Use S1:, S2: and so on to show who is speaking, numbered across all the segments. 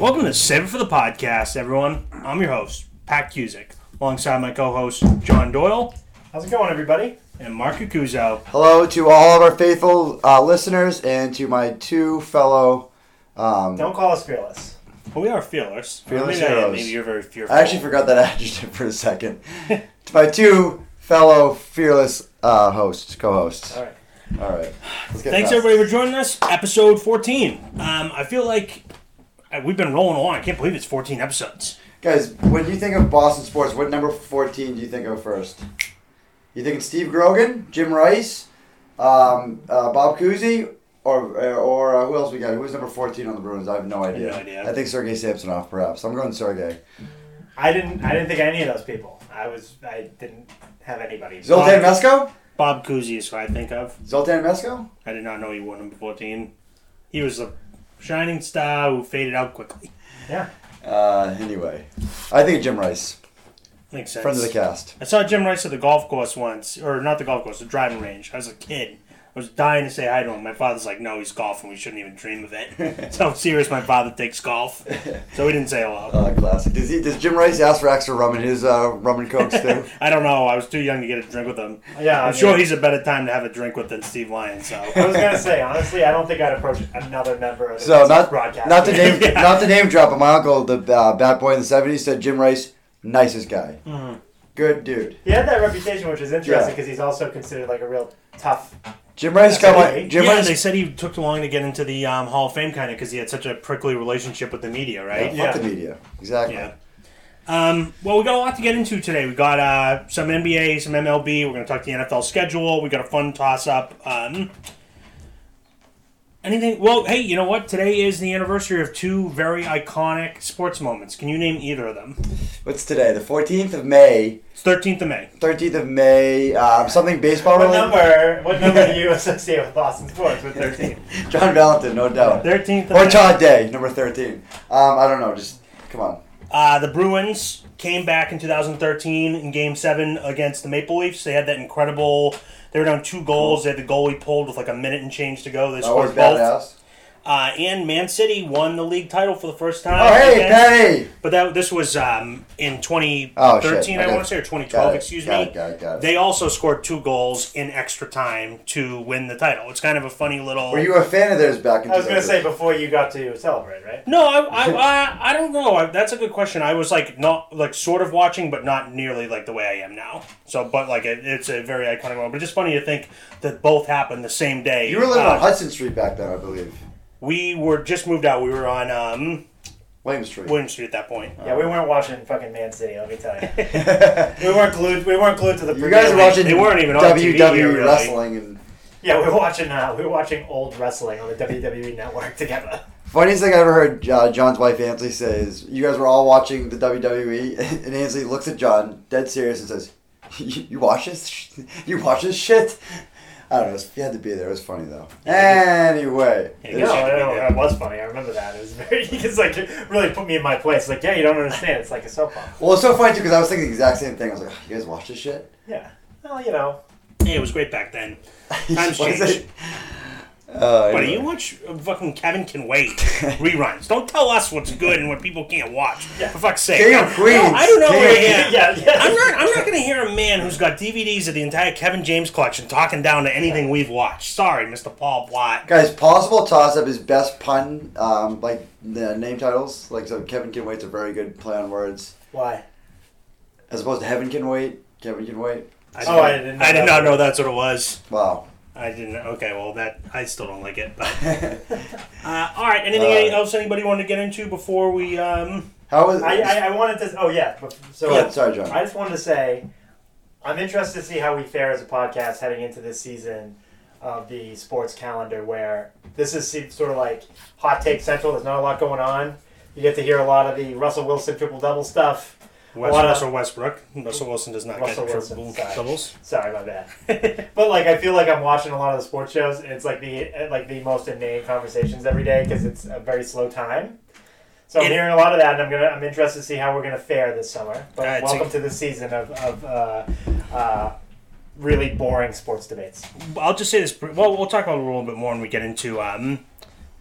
S1: Welcome to Seven for the Podcast, everyone. I'm your host, Pat Cusick, alongside my co host, John Doyle,
S2: How's it going, everybody?
S1: and Mark Cucuzzo.
S3: Hello to all of our faithful uh, listeners and to my two fellow. Um,
S2: Don't call us fearless.
S1: But we are fearless. Or
S3: Fearless
S1: maybe I am,
S3: heroes.
S1: Maybe you're very fearful.
S3: I actually forgot that adjective for a second. to my two fellow fearless uh, hosts, co-hosts.
S2: All right.
S3: All right. Let's get
S1: Thanks,
S3: past-
S1: everybody, for joining us. Episode 14. Um, I feel like uh, we've been rolling along. I can't believe it's 14 episodes.
S3: Guys, when you think of Boston sports, what number fourteen do you think of first? You thinking Steve Grogan, Jim Rice, um, uh, Bob Cousy, or or uh, who else we got? Who's number fourteen on the Bruins? I have no idea.
S1: no idea.
S3: I think Sergei Samsonov, perhaps. I'm going Sergei.
S2: I didn't. I didn't think of any of those people. I was. I didn't have anybody.
S1: Uh,
S3: Zoltan Mesko.
S1: Bob Cousy is who I think of.
S3: Zoltan Mesko.
S1: I did not know he wore number 14. He was a shining star who faded out quickly.
S2: Yeah.
S3: Uh, anyway, I think Jim Rice,
S1: Makes sense.
S3: friend of the cast.
S1: I saw Jim Rice at the golf course once, or not the golf course, the driving range. I was a kid. I was dying to say hi to him. My father's like, "No, he's golfing. We shouldn't even dream of it." so serious. My father takes golf, so we didn't say hello.
S3: Uh, classic. Does he? Does Jim Rice ask for extra rum in his uh, rum and cokes too?
S1: I don't know. I was too young to get a drink with him.
S2: Yeah. I
S1: I'm
S2: mean,
S1: sure he's a better time to have a drink with than Steve Lyon.
S2: I
S1: So
S2: was gonna say honestly, I don't think I'd approach another member of the
S3: so not
S2: broadcast.
S3: not to name
S1: Yeah.
S3: not to name drop, but my uncle, the uh, bad boy in the seventies, said Jim Rice, nicest guy,
S2: Mm-hmm.
S3: good dude.
S2: He had that reputation, which is interesting
S3: Yeah.
S2: because he's also considered like a real tough.
S3: Jim Rice got my
S2: Hey.
S3: Jim
S1: yeah,
S3: Rice.
S1: they said he took too long to get into the um, Hall of Fame kind of because he had such a prickly relationship with the media,
S3: yeah,
S1: right?
S3: fuck
S2: Yeah.
S3: the media. Exactly.
S1: Yeah. Um, well, we got a lot to get into today. We got uh, some NBA, some MLB. We're going to talk the NFL schedule. We got a fun toss up. Um, anything? Well, hey, you know what? Today is the anniversary of two very iconic sports moments. Can you name either of them?
S3: What's today? The fourteenth of May,
S1: It's 13th of May.
S3: thirteenth of May. Um, something baseball
S2: What
S3: related.
S2: number? What number do you associate with Boston sports? With thirteen.
S3: John Valentin, no doubt.
S1: 13th of
S3: Or
S1: May.
S3: Todd Day, number thirteen. Um, I don't know. Just come on.
S1: Uh, the Bruins came back in 2013 in Game 7 against the Maple Leafs. They had that incredible. They were down two goals. They had the goalie pulled with like a minute and change to go. They
S3: That was
S1: scored both.
S3: badass.
S1: Uh, and Man City won the league title for the first time.
S3: Oh hey,
S1: against-
S3: Patty.
S1: But that this was um, in 2013,
S3: Oh, shit.
S1: I
S3: Okay.
S1: want to say, or
S3: Got
S1: 2012,
S3: it,
S1: excuse
S3: got
S1: me.
S3: it, got it, got it.
S1: They also scored two goals in extra time to win the title. It's kind of a funny little.
S3: Were you a fan of theirs back in
S2: I was gonna
S3: 2000?
S2: say before you got to celebrate, right?
S1: no, I, I, I, I don't know. I, that's a good question. I was like not like sort of watching, but not nearly like the way I am now. So, but like it, it's a very iconic moment. But it's just funny to think that both happened the same day.
S3: You were living
S1: Uh,
S3: on Hudson Street back then, I believe.
S1: We were just moved out. We were on um,
S3: William Street.
S1: William Street at that point.
S2: Yeah, we weren't watching fucking Man City. Let me tell you, we weren't glued. We weren't glued to the.
S3: you
S2: Premier
S3: guys were
S2: League.
S3: watching
S1: They weren't even on TV
S3: WWE
S1: here, really.
S3: wrestling and
S2: Yeah, we're watching. Uh, we're watching old wrestling on the WWE Network together.
S3: funniest thing I ever heard uh, John's wife Ansley say is you guys were all watching the WWE and Ansley looks at John dead serious and says, "You you watch this? sh- You watch this shit?" I don't know. You had to be there. It was funny though. Anyway,
S1: Yeah,
S2: No,
S1: you should
S2: no,
S1: be
S2: no,
S1: there.
S2: that was funny. I remember that. It was very. It's like it really put me in my place. Like, yeah, you don't understand. It's like a soap opera.
S3: well, it's so funny too because I was thinking the exact same thing. I was like, "You guys watch this shit?"
S2: Yeah. Well, you know,
S1: Yeah, it was great back then. Times
S3: What is
S1: change.
S3: it? Uh,
S1: Buddy,
S3: anyway.
S1: you watch uh, fucking Kevin Can Wait reruns. Don't tell us what's good and what people can't watch. For fuck's sake.
S3: King
S1: No,
S3: of Queens.
S1: no, I don't know
S3: King
S1: where
S3: of-
S1: he is.
S2: Yeah, yeah.
S1: I'm not, I'm not going to hear a man who's got DVDs of the entire Kevin James collection talking down to anything we've watched. Sorry, Mr. Paul Blatt.
S3: Guys, possible toss up is best pun, um, like the name titles. Like, so Kevin Can Wait's a very good play on words.
S2: why?
S3: As opposed to Heaven Can Wait, Kevin Can Wait.
S1: I
S2: Oh, I didn't know
S1: I did
S2: that.
S1: not know that's what it was.
S3: Wow.
S1: I didn't. Okay, well, that I still don't like it. But uh, all right, anything
S3: Uh,
S1: else anybody wanted to get into before we? Um,
S3: How was.
S2: I, I, I wanted to. Oh yeah. but- So
S3: Go ahead, sorry, John.
S2: I just wanted to say, I'm interested to see how we fare as a podcast heading into this season of the sports calendar, where this is se- sort of like hot take central. There's not a lot going on. You get to hear a lot of the Russell Wilson triple double stuff.
S1: Wes,
S2: lot of-
S1: Russell Westbrook. Russell Wilson does not
S2: Russell
S1: get
S2: Wilson,
S1: triple
S2: sorry.
S1: doubles.
S2: Sorry about that. but like, I feel like I'm watching a lot of the sports shows, and it's like the like the most inane conversations every day because it's a very slow time. So I'm
S1: It-
S2: hearing a lot of that, and I'm gonna I'm interested to see how we're gonna fare this summer. But
S1: Uh, it's
S2: welcome
S1: a-
S2: to the season of of uh, uh, really boring sports debates.
S1: I'll just say this. Well, we'll talk about it a little bit more when we get into um,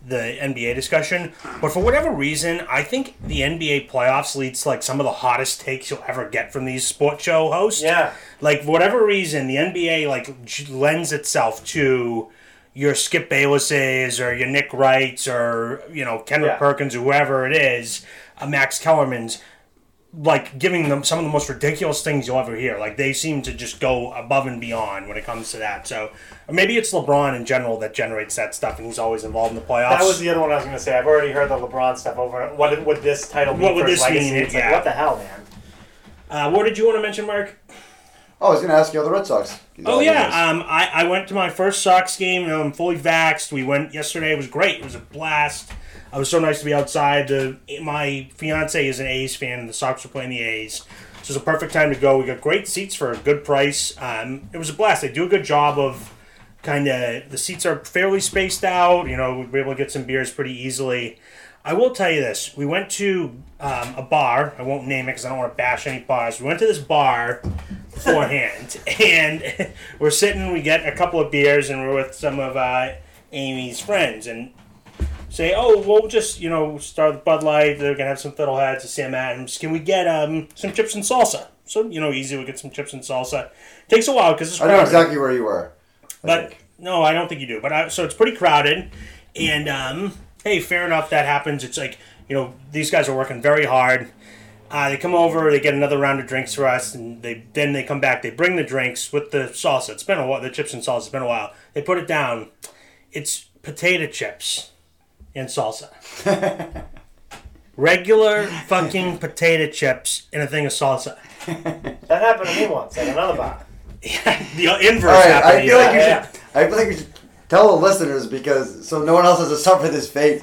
S1: the NBA discussion, but for whatever reason, I think the NBA playoffs leads to like some of the hottest takes you'll ever get from these sports show hosts.
S2: Yeah.
S1: Like for whatever reason, the NBA like j- lends itself to your Skip Baylesses or your Nick Wrights or you know Kendrick
S2: Yeah.
S1: Perkins or whoever it is, uh, Max Kellerman's like giving them some of the most ridiculous things you'll ever hear. Like they seem to just go above and beyond when it comes to that. So or maybe it's LeBron in general that generates that stuff, and he's always involved in the playoffs.
S2: That was the other one I was going to say. I've already heard the LeBron stuff over. What would this title mean
S1: What would
S2: for his
S1: this mean?
S2: legacy? It's like,
S1: Yeah.
S2: what the hell, man?
S1: uh, what did you want to mention, Mark?
S3: Oh, I was gonna ask you about the Red Sox.
S1: Oh yeah, um, I, I went to my first Sox game. I'm fully vaxxed. We went yesterday. It was great. It was a blast. It was so nice to be outside. The my fiance is an A's fan, and the Sox were playing the A's, so it was a perfect time to go. We got great seats for a good price. Um, it was a blast. They do a good job of kind of the seats are fairly spaced out. You know, we were able to get some beers pretty easily. I will tell you this: we went to um, a bar. I won't name it because I don't want to bash any bars. We went to this bar beforehand, and we're sitting. We get a couple of beers, and we're with some of uh, Amy's friends, and say, "Oh, we'll just you know start with Bud Light. They're gonna have some fiddleheads, and Sam Adams. Can we get um some chips and salsa?" So you know, easy. We get some chips and salsa. Takes a while because it's
S3: I know
S1: crowded
S3: exactly where you were. I
S1: but
S3: think.
S1: no, I don't think you do. But I, so it's pretty crowded, and um, hey, fair enough, that happens. It's like you know these guys are working very hard. Uh, they come over, they get another round of drinks for us, and they then they come back. They bring the drinks with the salsa. It's been a while. The chips and salsa. It's been a while. They put it down. It's potato chips and salsa. Regular fucking potato chips and a thing of salsa.
S2: That happened to me once at another bar.
S1: the inverse
S3: All right,
S1: happened.
S3: I feel like you
S2: Yeah.
S3: should. I feel like you should tell the listeners because so no one else has to suffer this fate.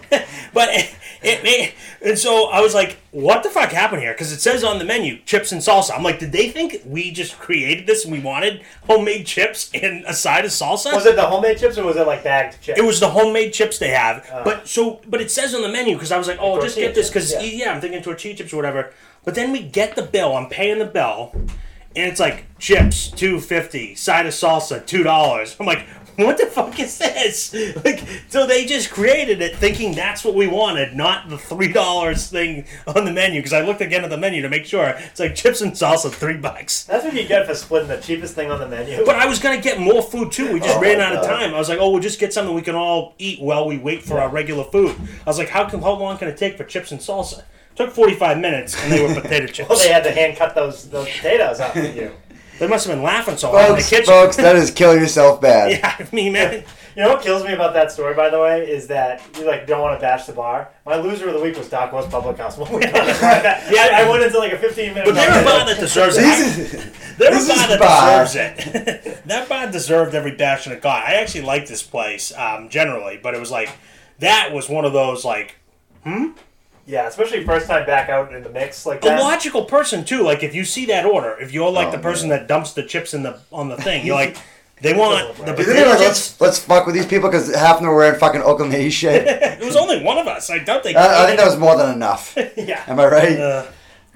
S1: But it, it, it- and so I was like, "What the fuck happened here?" Because it says on the menu chips and salsa. I'm like, did they think we just created this and we wanted homemade chips and a side of salsa?
S2: Was it the homemade chips or was it like bagged chips?
S1: It was the homemade chips they have, but so but it says on the menu because I was like, oh, just
S2: Uh. tortilla
S1: get this because
S2: chips,
S1: yeah.
S2: yeah.
S1: I'm thinking tortilla chips or whatever. But then we get the bill. I'm paying the bill, and it's like chips two fifty, side of salsa two dollars. I'm like, what the fuck is this? Like, so they just created it thinking that's what we wanted, not the three dollars thing on the menu. Because I looked again at the menu to make sure. It's like chips and salsa three bucks.
S2: That's what you get for splitting the cheapest thing on the menu.
S1: But I was gonna get more food too. We just
S3: Oh,
S1: ran out of
S3: God.
S1: time. I was like, oh, we'll just get something we can all eat while we wait for our regular food. I was like, how can how long can it take for chips and salsa? took forty five minutes, and they were potato chips.
S2: well, Oh, they had to hand cut those those potatoes out for you.
S1: They must have been laughing so hard in the
S3: folks,
S1: kitchen.
S3: folks, that is kill yourself bad.
S1: Yeah, I mean, man.
S2: You know what kills me about that story, by the way, is that you like don't want to bash the bar. My loser of the week was Doc West Public House. When we got it right back.
S1: Yeah.
S2: I, I went into like a 15 minute.
S1: But they're a bar that deserves it. I-
S3: This is,
S1: They're a
S3: This
S1: bar
S3: is
S1: that
S3: bar.
S1: deserves it. that bar deserved every bash in it got. I actually like this place um, generally, but it was like that was one of those like
S2: yeah, especially first time back out in the mix like
S1: a
S2: that.
S1: logical person too. Like if you see that order, if you're like
S3: Oh,
S1: the person that dumps the chips in the on the thing, you're like, they want the
S3: Isn't it
S1: potato
S3: like,
S1: chips.
S3: let's let's fuck with these people because half of them are wearing fucking Oakland A's shit. I,
S1: It was only one of us. I doubt they.
S3: I think that was more than enough.
S2: yeah.
S3: Am I right?
S1: Uh,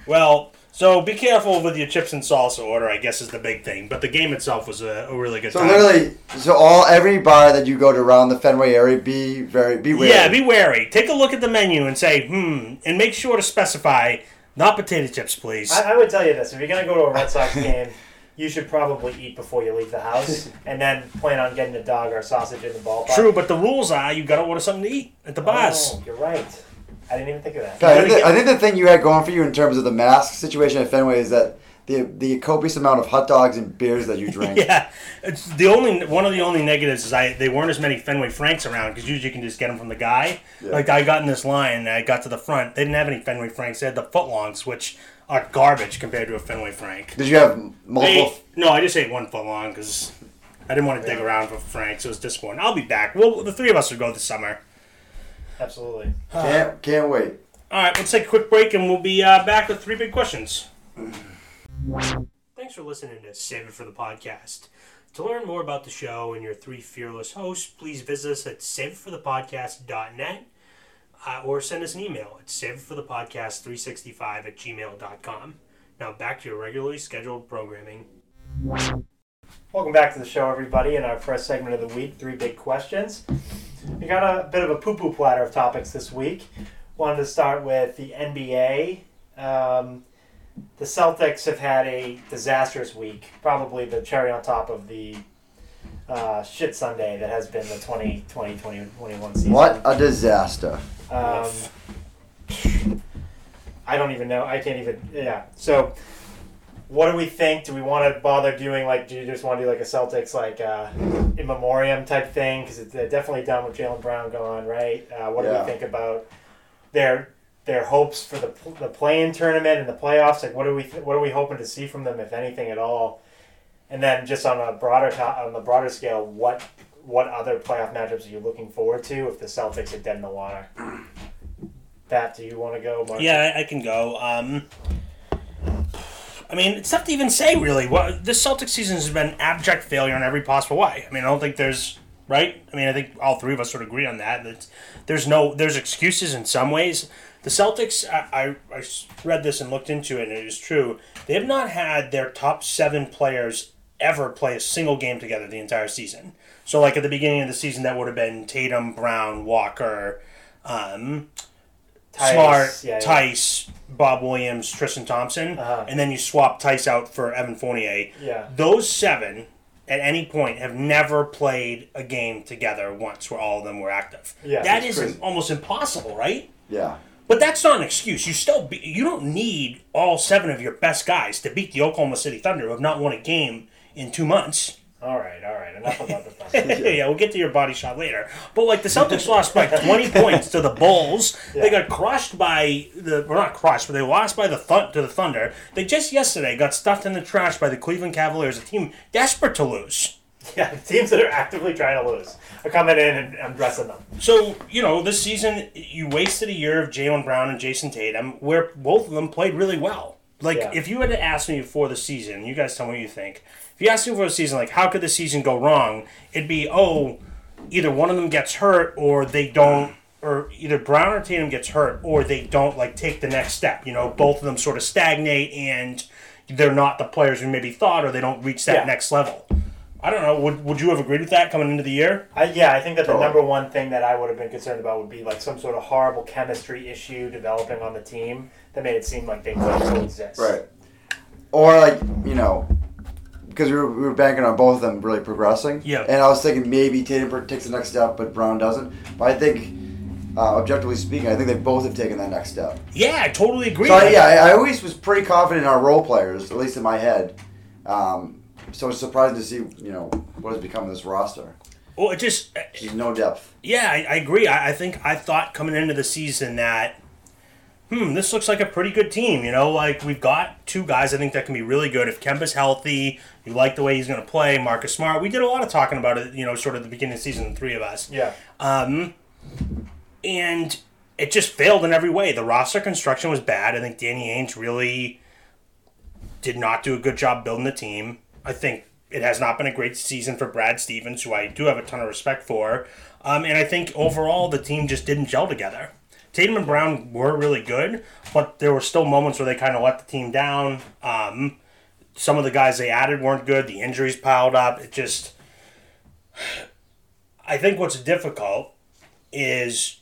S1: well, so be careful with your chips and salsa order. I guess is the big thing. But the game itself was a, a really good
S3: so
S1: time.
S3: literally, so all every bar that you go to around the Fenway area, be very be wary.
S1: yeah, be wary. Take a look at the menu and say hmm, and make sure to specify not potato chips, please.
S2: I, I would tell you this: if you're gonna go to a Red Sox game, you should probably eat before you leave the house, and then plan on getting a dog or a sausage in the ballpark.
S1: True, but the rules are you got to order something to eat at the bars.
S2: Oh, you're right. I didn't even think of that.
S3: I, think the, I think the thing you had going for you in terms of the mask situation at Fenway is that the the copious amount of hot dogs and beers that you drink.
S1: Yeah, it's the only one of the only negatives is I they weren't as many Fenway Franks around because usually you can just get them from the guy.
S3: Yeah.
S1: Like I got in this line and I got to the front. They didn't have any Fenway Franks. They had the footlongs, which are garbage compared to a Fenway Frank.
S3: Did you have
S1: I
S3: multiple?
S1: ate- no, I just ate one footlong because I didn't want to dig around for Franks. It was disappointing. I'll be back. Well, the three of us will go this summer.
S2: Absolutely.
S3: Can't can't wait.
S1: All right, let's take a quick break and we'll be uh, back with three big questions. Thanks for listening to Save It for the Podcast. To learn more about the show and your three fearless hosts, please visit us at saveitforthepodcast.net uh, or send us an email at saveitforthepodcast365 at gmail.com. Now back to your regularly scheduled programming.
S2: Welcome back to the show, everybody. In our first segment of the week, three big questions. We got a bit of a poo poo platter of topics this week. Wanted to start with the NBA. Um, the Celtics have had a disastrous week, probably the cherry on top of the uh, shit Sunday that has been the 2020 2021 season.
S3: What a disaster.
S2: Um, I don't even know. I can't even. Yeah. So, what do we think? Do we want to bother doing like? Do you just want to do like a Celtics like uh, in memoriam type thing? Because they're definitely done with Jalen Brown gone, right? Uh, what do
S3: Yeah.
S2: we think about their their hopes for the pl- the play-in tournament and the playoffs? Like, what do we th- what are we hoping to see from them, if anything at all? And then just on a broader to- on the broader scale, what what other playoff matchups are you looking forward to if the Celtics are dead in the water? Pat, do you want to go? Mark?
S1: Yeah, I, I can go. Um, I mean, it's tough to even say really. What this Celtics season has been abject failure in every possible way. I mean, I don't think there's right. I mean, I think all three of us would agree on that. That there's no there's excuses in some ways. The Celtics, I, I, I s- read this and looked into it, and it is true. They have not had their top seven players ever play a single game together the entire season. So, like at the beginning of the season, that would have been Tatum, Brown, Walker, um,
S2: Tice,
S1: Smart,
S2: yeah, yeah.
S1: Tice, Bob Williams, Tristan Thompson,
S2: Uh-huh.
S1: and then you swap Tice out for Evan Fournier.
S2: Yeah.
S1: Those seven at any point have never played a game together once where all of them were active.
S2: Yeah,
S1: that
S3: it's
S1: is
S3: crazy.
S1: almost impossible, right?
S3: Yeah.
S1: But that's not an excuse. You still be, you don't need all seven of your best guys to beat the Oklahoma City Thunder who have not won a game in two months.
S2: All right, all right. Enough about the Thunder.
S1: yeah, we'll get to your body shot later. But like the Celtics lost by 20 points to the Bulls. They
S2: Yeah.
S1: got crushed by the well not crushed, but they lost by the thun- to the Thunder. They just yesterday got stuffed in the trash by the Cleveland Cavaliers, a team desperate to lose.
S2: yeah, teams that are actively trying to lose are coming in and I'm dressing them.
S1: So you know this season you wasted a year of Jalen Brown and Jason Tatum, where both of them played really well. Like
S2: Yeah.
S1: if you had to ask me before the season, you guys tell me what you think. If you asked me before the season, like how could the season go wrong? It'd be oh, either one of them gets hurt or they don't, or either Brown or Tatum gets hurt or they don't like take the next step. You know, both of them sort of stagnate and they're not the players we maybe thought, or they don't reach that
S2: Yeah.
S1: next level. I don't know. Would would you have agreed with that coming into the year?
S2: I, yeah, I think that the
S3: Totally.
S2: number one thing that I would have been concerned about would be like some sort of horrible chemistry issue developing on the team that made it seem like they couldn't coexist.
S3: Right. Or like you know, because we were, we were banking on both of them really progressing.
S1: Yeah.
S3: And I was thinking maybe Tatum takes the next step, but Brown doesn't. But I think, uh, objectively speaking, I think they both have taken that next step.
S1: Yeah, I totally agree.
S3: So I, yeah, I, I always was pretty confident in our role players, at least in my head. Um, so it's surprising to see you know what has become of this roster.
S1: Well, it just
S3: There's no depth.
S1: yeah, I, I agree. I, I think I thought coming into the season that hmm, this looks like a pretty good team. You know, like we've got two guys I think that can be really good if Kemba's healthy. You like the way he's going to play, Marcus Smart. We did a lot of talking about it. You know, sort of at the beginning of the season, the three of us.
S2: Yeah.
S1: Um, and it just failed in every way. The roster construction was bad. I think Danny Ainge really did not do a good job building the team. I think it has not been a great season for Brad Stevens, who I do have a ton of respect for. Um, and I think overall the team just didn't gel together. Tatum and Brown were really good, but there were still moments where they kind of let the team down. Um, some of the guys they added weren't good. The injuries piled up. It just I think what's difficult is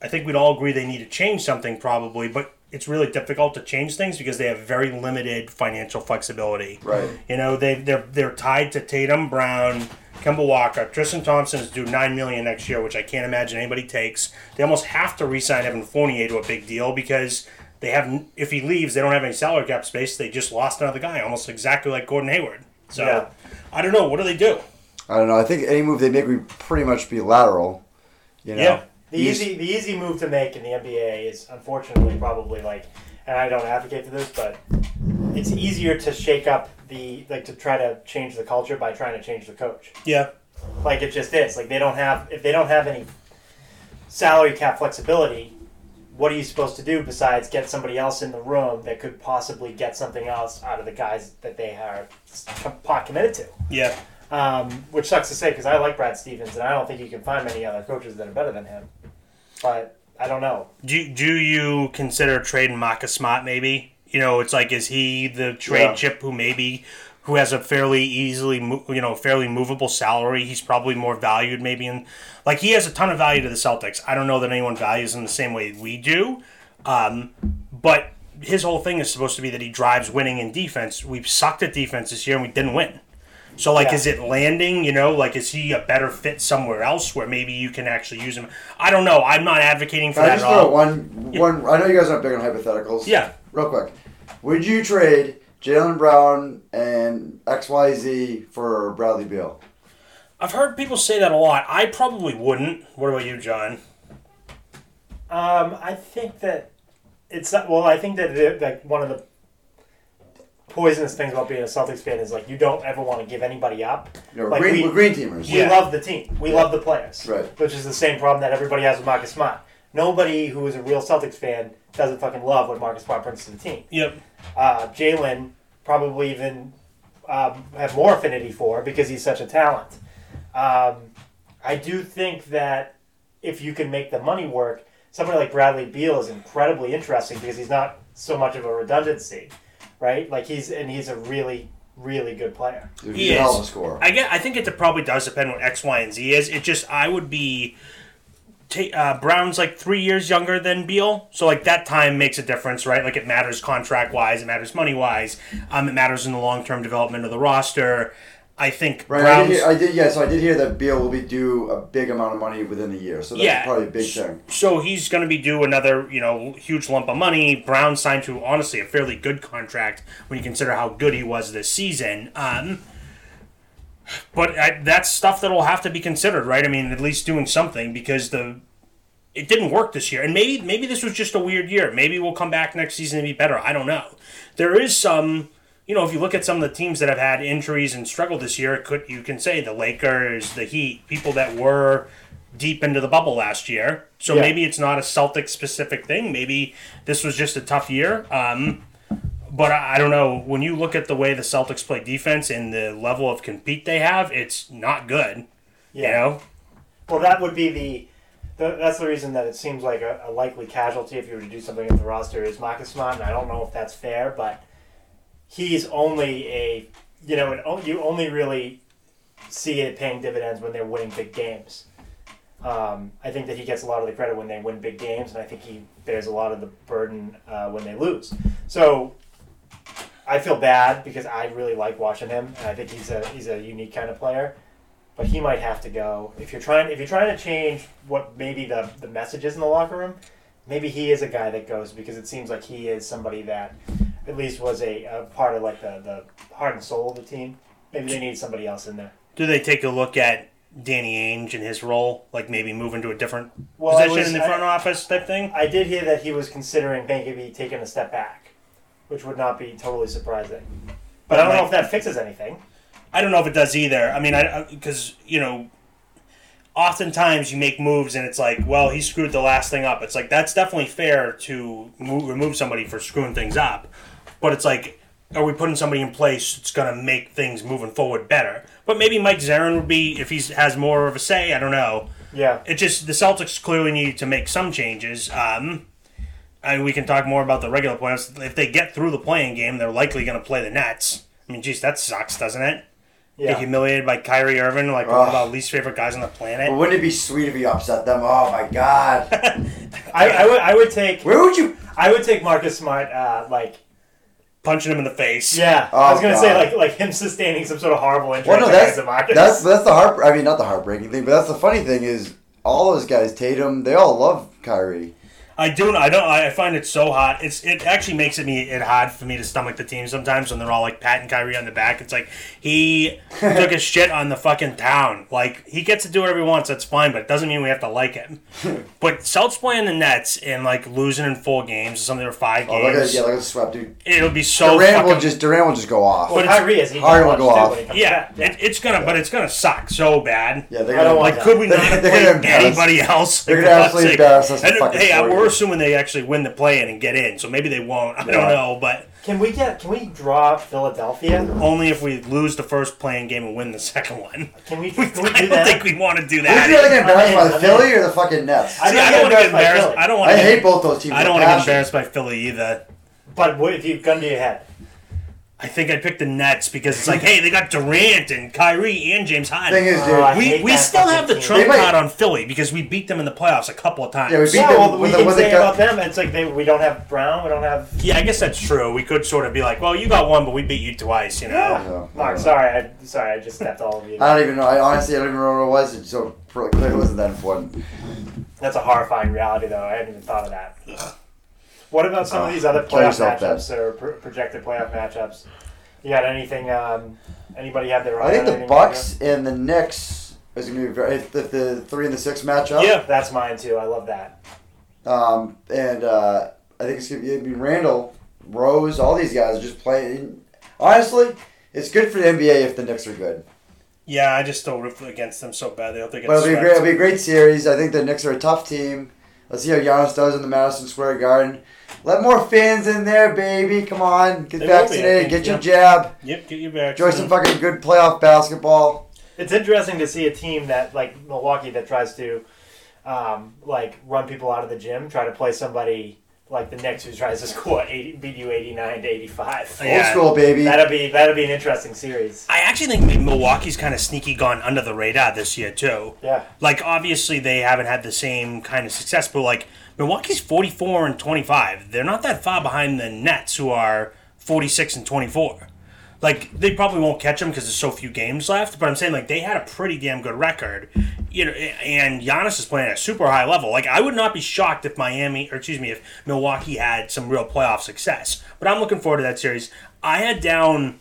S1: I think we'd all agree they need to change something probably, but it's really difficult to change things because they have very limited financial flexibility.
S3: Right.
S1: You know, they they're they're tied to Tatum Brown, Kemba Walker, Tristan Thompson is due nine million next year, which I can't imagine anybody takes. They almost have to re-sign Evan Fournier to a big deal because they have n- if he leaves, they don't have any salary cap space. They just lost another guy, almost exactly like Gordon Hayward. So
S2: Yeah.
S1: I don't know. What do they do?
S3: I don't know. I think any move they make would pretty much be lateral. You know.
S1: Yeah.
S2: The
S3: You-
S2: easy the easy move to make in the NBA is unfortunately probably like and I don't advocate for this, but it's easier to shake up the like to try to change the culture by trying to change the coach.
S1: Yeah.
S2: Like it just is. Like they don't have if they don't have any salary cap flexibility, what are you supposed to do besides get somebody else in the room that could possibly get something else out of the guys that they are pot committed to?
S1: Yeah.
S2: Um, which sucks to say because I like Brad Stevens and I don't think you can find many other coaches that are better than him. But I don't know.
S1: Do, do you consider trading Marcus Smart maybe? You know, it's like, is he the trade
S3: Yeah.
S1: chip who maybe who has a fairly easily, mo- you know, fairly movable salary. He's probably more valued, maybe in like he has a ton of value to the Celtics. I don't know that anyone values him the same way we do, um, but his whole thing is supposed to be that he drives winning in defense. We've sucked at defense this year and we didn't win. So like,
S2: Yeah.
S1: is it landing? You know, like is he a better fit somewhere else where maybe you can actually use him? I don't know. I'm not advocating for
S3: I
S1: that
S3: just
S1: at all.
S3: throw one one. I know you guys aren't big on hypotheticals.
S1: Yeah.
S3: Real quick, would you trade Jalen Brown and X Y Z for Bradley Beal?
S1: I've heard people say that a lot. I probably wouldn't. What about you, John?
S2: Um, I think that it's not, well. I think that it, like one of the poisonous things about being a Celtics fan is like you don't ever want to give anybody up.
S3: You know,
S2: Like
S3: green,
S2: we-
S3: we're green teamers.
S2: We
S1: Yeah.
S2: love the team. We love the players.
S3: Right.
S2: Which is the same problem that everybody has with Marcus Smart. Nobody who is a real Celtics fan doesn't fucking love what Marcus Smart brings to the team.
S1: Yep.
S2: Uh, Jalen probably even um, have more affinity for because he's such a talent. Um, I do think that if you can make the money work, somebody like Bradley Beal is incredibly interesting because he's not so much of a redundancy, right? Like he's and he's a really really good player.
S3: He's
S1: He
S3: a hell of a
S1: is.
S3: scorer.
S1: I get. I think it probably does depend what X, Y, and Z is. It just I would be. ta- uh, Brown's like three years younger than Beal, so like that time makes a difference, right? Like it matters contract wise, it matters money wise, um, it matters in the long term development of the roster. I think
S3: Right, I
S1: Brown's
S3: did, hear, I did. Yeah, so I did hear that Beal will be due a big amount of money within a year. So that's
S1: Yeah.
S3: probably a big thing.
S1: So he's going to be due another, you know, huge lump of money. Brown signed to honestly a fairly good contract when you consider how good he was this season. Um, but I, that's stuff that'll have to be considered, right? I mean, at least doing something because the it didn't work this year, and maybe maybe this was just a weird year. Maybe we'll come back next season and be better. I don't know. There is some. You know, if you look at some of the teams that have had injuries and struggled this year, it could you can say the Lakers, the Heat, people that were deep into the bubble last year. So
S2: Yeah.
S1: maybe it's not a Celtic specific thing. Maybe this was just a tough year. Um, but I, I don't know. When you look at the way the Celtics play defense and the level of compete they have, it's not good. You know,
S2: Well, that would be the, the that's the reason that it seems like a, a likely casualty if you were to do something with the roster is Marcus Smart, and I don't know if that's fair, but he's only a you know an, o- you only really see it paying dividends when they're winning big games. Um, I think that he gets a lot of the credit when they win big games, and I think he bears a lot of the burden uh, when they lose. So I feel bad because I really like watching him, and I think he's a he's a unique kind of player but he might have to go. If you're trying, if you're trying to change what maybe the the message is in the locker room, maybe he is a guy that goes because it seems like he is somebody that at least was a, a part of like the the heart and soul of the team. Maybe they need somebody else in there.
S1: do they take a look at Danny Ainge and his role, like maybe move into a different
S2: Well, I
S1: position
S2: was-
S1: in the front
S2: I-
S1: office type thing?
S2: I did hear that he was considering maybe taking a step back, which would not be totally surprising. But I don't know if that fixes anything.
S1: I don't know if it does either. I mean, I because you know, oftentimes you make moves and it's like, well, he screwed the last thing up. It's like that's definitely fair to mo- remove somebody for screwing things up, but it's like, are we putting somebody in place that's going to make things moving forward better? But maybe Mike Zarin would be if he has more of a say. I don't know.
S2: Yeah.
S1: It just the Celtics clearly need to make some changes. Um, and we can talk more about the regular playoffs. If they get through the playing game, they're likely going to play the Nets. I mean, geez, that sucks, doesn't it? Get
S2: Yeah.
S1: humiliated by Kyrie Irving, like one of
S3: Ugh.
S1: our least favorite guys on the
S3: But
S1: planet.
S3: wouldn't it be sweet if he upset them? Oh my God!
S2: I, I would I would take
S3: Where would you?
S2: I would take Marcus Smart uh, like
S1: Punching him in the face.
S2: Yeah, I was
S3: Oh,
S2: gonna
S3: God.
S2: say like like him sustaining some sort of horrible injury.
S3: Well, no, that's
S2: against Marcus.
S3: that's that's the heart. I mean, not the heartbreaking thing, but that's the funny thing is all those guys, Tatum, they all love Kyrie.
S1: I do. I don't. I find it so hot. It's. It actually makes it me it hard for me to stomach the team sometimes when they're all like patting Kyrie on the back. It's like he took a shit on the fucking town. Like he gets to do whatever he wants. That's fine, but it doesn't mean we have to like him. but Celtics playing the Nets and like losing in four games or something or five
S3: Oh, look at
S1: games.
S3: yeah, look at swept, dude.
S1: It'll be so.
S3: Durant
S1: fucking,
S3: will just Durant will just go off.
S2: well,
S1: but it's-
S2: Kyrie is he
S3: Harden will
S2: got
S3: go
S2: launched, too,
S3: off.
S2: when he comes
S1: yeah,
S2: back.
S1: It, it's gonna. But it's gonna suck so bad.
S3: yeah, they're
S2: I
S3: gonna.
S2: don't want
S1: Like, could we
S3: They're-
S1: not have
S3: they're
S1: played
S3: gonna embarrass-
S1: anybody else?
S3: they're
S1: Like,
S3: gonna
S1: for
S3: absolutely
S1: God's sake.
S3: embarrass us
S1: And,
S3: in fucking
S1: Hey, I- we're
S3: Florida.
S1: assuming they actually win the play in and get in, so maybe they won't. I don't
S3: Yeah.
S1: know, but
S2: Can we get? Can we draw Philadelphia?
S1: only if we lose the first playing game and win the second one.
S2: Can we? Can we
S1: I
S2: do
S1: don't think
S2: that?
S1: we want to do
S3: Who'd you rather
S1: that.
S3: get embarrassed by,
S2: I'm in,
S3: the
S2: I'm
S3: Philly or the fucking Nets?
S2: I-
S1: See, I don't want to get embarrassed. I don't want
S3: I
S1: to.
S3: hate both those teams.
S1: I
S3: with
S1: don't want to get
S3: passion.
S1: embarrassed by Philly either.
S2: But what if you gun to your head?
S1: I think I picked the Nets because it's like, hey, they got Durant and Kyrie and James Harden.
S3: Thing is, dude,
S2: Oh, I
S1: we
S2: hate
S1: we
S2: that
S1: still
S2: fucking
S1: have the
S2: team.
S1: trump
S3: They might-
S1: card on Philly because we beat them in the playoffs a couple of times.
S3: Yeah, we beat
S2: Yeah, well, we
S3: With the-
S2: can
S3: with the
S2: say
S3: go-
S2: about them. It's like they we don't have Brown, we don't have.
S1: Yeah, I guess that's true. We could sort of be like, well, you got one, but we beat you twice, you know?
S3: Yeah.
S2: Mark, sorry, I, sorry, I just stepped all of you.
S3: I don't even know. I honestly, I don't even remember what it was. It so probably clearly wasn't that important.
S2: That's a horrifying reality, though. I hadn't even thought of that. What about some of these other
S3: Kill
S2: playoff
S3: yourself, Ben.
S2: matchups or pro- projected playoff matchups? You got anything? Um, anybody have their?
S3: I think the
S2: anything
S3: Bucks and the Knicks is gonna be very if the, the three and the six matchup.
S1: Yeah.
S2: to go? That's mine too. I love that.
S3: Um, and uh, I think it's gonna be, it'd be Randall, Rose, all these guys just playing. Honestly, it's good for the NBA if the Knicks are good.
S1: Yeah, I just still root against them so bad. They hope they get
S3: But it'll be, a
S1: swept.
S3: great, it'll be a great series. I think the Knicks are a tough team. Let's see how Giannis does in the Madison Square Garden. Let more fans in there, baby. Come on,
S1: They
S3: get
S1: will be, I think,
S3: vaccinated, get your
S1: yeah.
S3: jab,
S1: Yep, get you back.
S3: enjoy some fucking good playoff basketball.
S2: It's interesting to see a team that like Milwaukee that tries to, um, like run people out of the gym, try to play somebody like the Knicks who tries to score eighty, beat you eighty nine to eighty five.
S1: Yeah.
S3: Old school, baby.
S2: That'll be that'll be an interesting series.
S1: I actually think Milwaukee's kind of sneaky gone under the radar this year, too.
S2: Yeah.
S1: Like, obviously, they haven't had the same kind of success, but, like, Milwaukee's 44 and 25. They're not that far behind the Nets, who are 46 and 24. Like, they probably won't catch them because there's so few games left, but I'm saying, like, they had a pretty damn good record. You know, and Giannis is playing at a super high level. Like, I would not be shocked if Miami, or excuse me, if Milwaukee had some real playoff success. But I'm looking forward to that series. I had down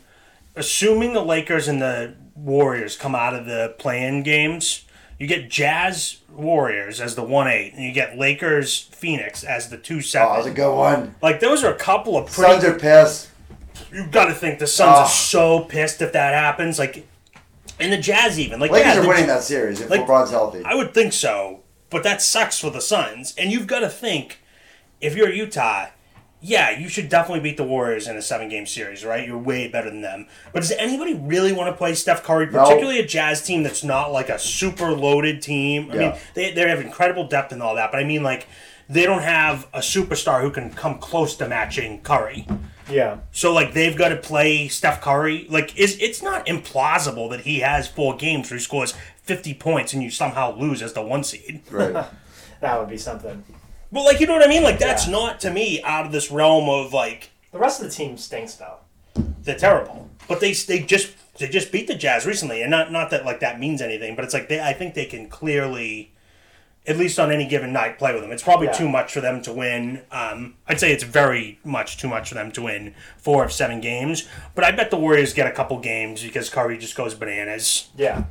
S1: assuming the Lakers and the Warriors come out of the play-in games, you get Jazz Warriors as the one eight, and you get Lakers Phoenix as the two
S3: Oh, that was a
S1: seven.
S3: good one.
S1: like those are a couple of
S3: Suns
S1: pretty.
S3: are pissed.
S1: you got to think the Suns
S3: Ah.
S1: are so pissed if that happens. Like, and the Jazz even like
S3: Lakers
S1: yeah,
S3: are
S1: the-
S3: winning that series if
S1: like-
S3: LeBron's healthy.
S1: I would think so, but that sucks for the Suns. And you've got to think, if you're Utah, yeah, you should definitely beat the Warriors in a seven game series, right? You're way better than them. But does anybody really want to play Steph Curry, particularly a Jazz team that's not like a super loaded team? I
S3: Yeah.
S1: mean, they, they have incredible depth and all that, but I mean, like, they don't have a superstar who can come close to matching Curry.
S2: Yeah.
S1: So like they've got to play Steph Curry. Like is it's not implausible that he has four games where he scores fifty points and you somehow lose as the one seed.
S3: Right.
S2: That would be something.
S1: But like you know what I mean? Like that's
S2: Yeah.
S1: not to me out of this realm of like
S2: The rest of the team stinks though.
S1: they're terrible. But they they just they just beat the Jazz recently, and not not that like that means anything, but it's like they I think they can clearly. At least on any given night, play with them. It's probably
S2: Yeah.
S1: too much for them to win. Um, I'd say it's very much too much for them to win four of seven games. But I bet the Warriors get a couple games because Curry just goes bananas.
S2: Yeah.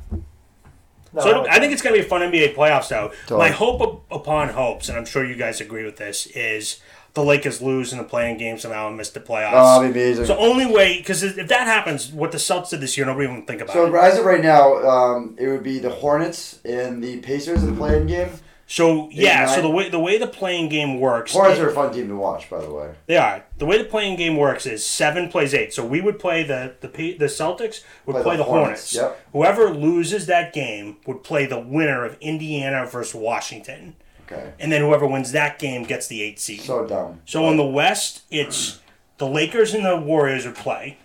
S2: No,
S1: So I, don't-
S2: would-
S1: I think it's going to be a fun NBA playoffs, though. My
S3: Totally.
S1: hope up- upon hopes, and I'm sure you guys agree with this, is the Lakers lose in the playing game somehow and miss the playoffs.
S3: Oh, that'd be amazing.
S1: so only way, because if that happens, what the Celtics did this year, nobody even think about
S3: So
S1: it.
S3: as of right now, um, it would be the Hornets and the Pacers in the playing game.
S1: So yeah,
S3: nine.
S1: so the way the way the playing game works,
S3: Hornets
S1: it-
S3: are a fun team to watch, by the way.
S1: they are the way the playing game works is seven plays eight. So we would play the the P, the Celtics would play, the, Hornets.
S3: yep.
S1: Whoever loses that game would play the winner of Indiana versus Washington,
S3: Okay.
S1: and then whoever wins that game gets the eight seed.
S3: So dumb.
S1: So on the West, it's the Lakers and the Warriors would play.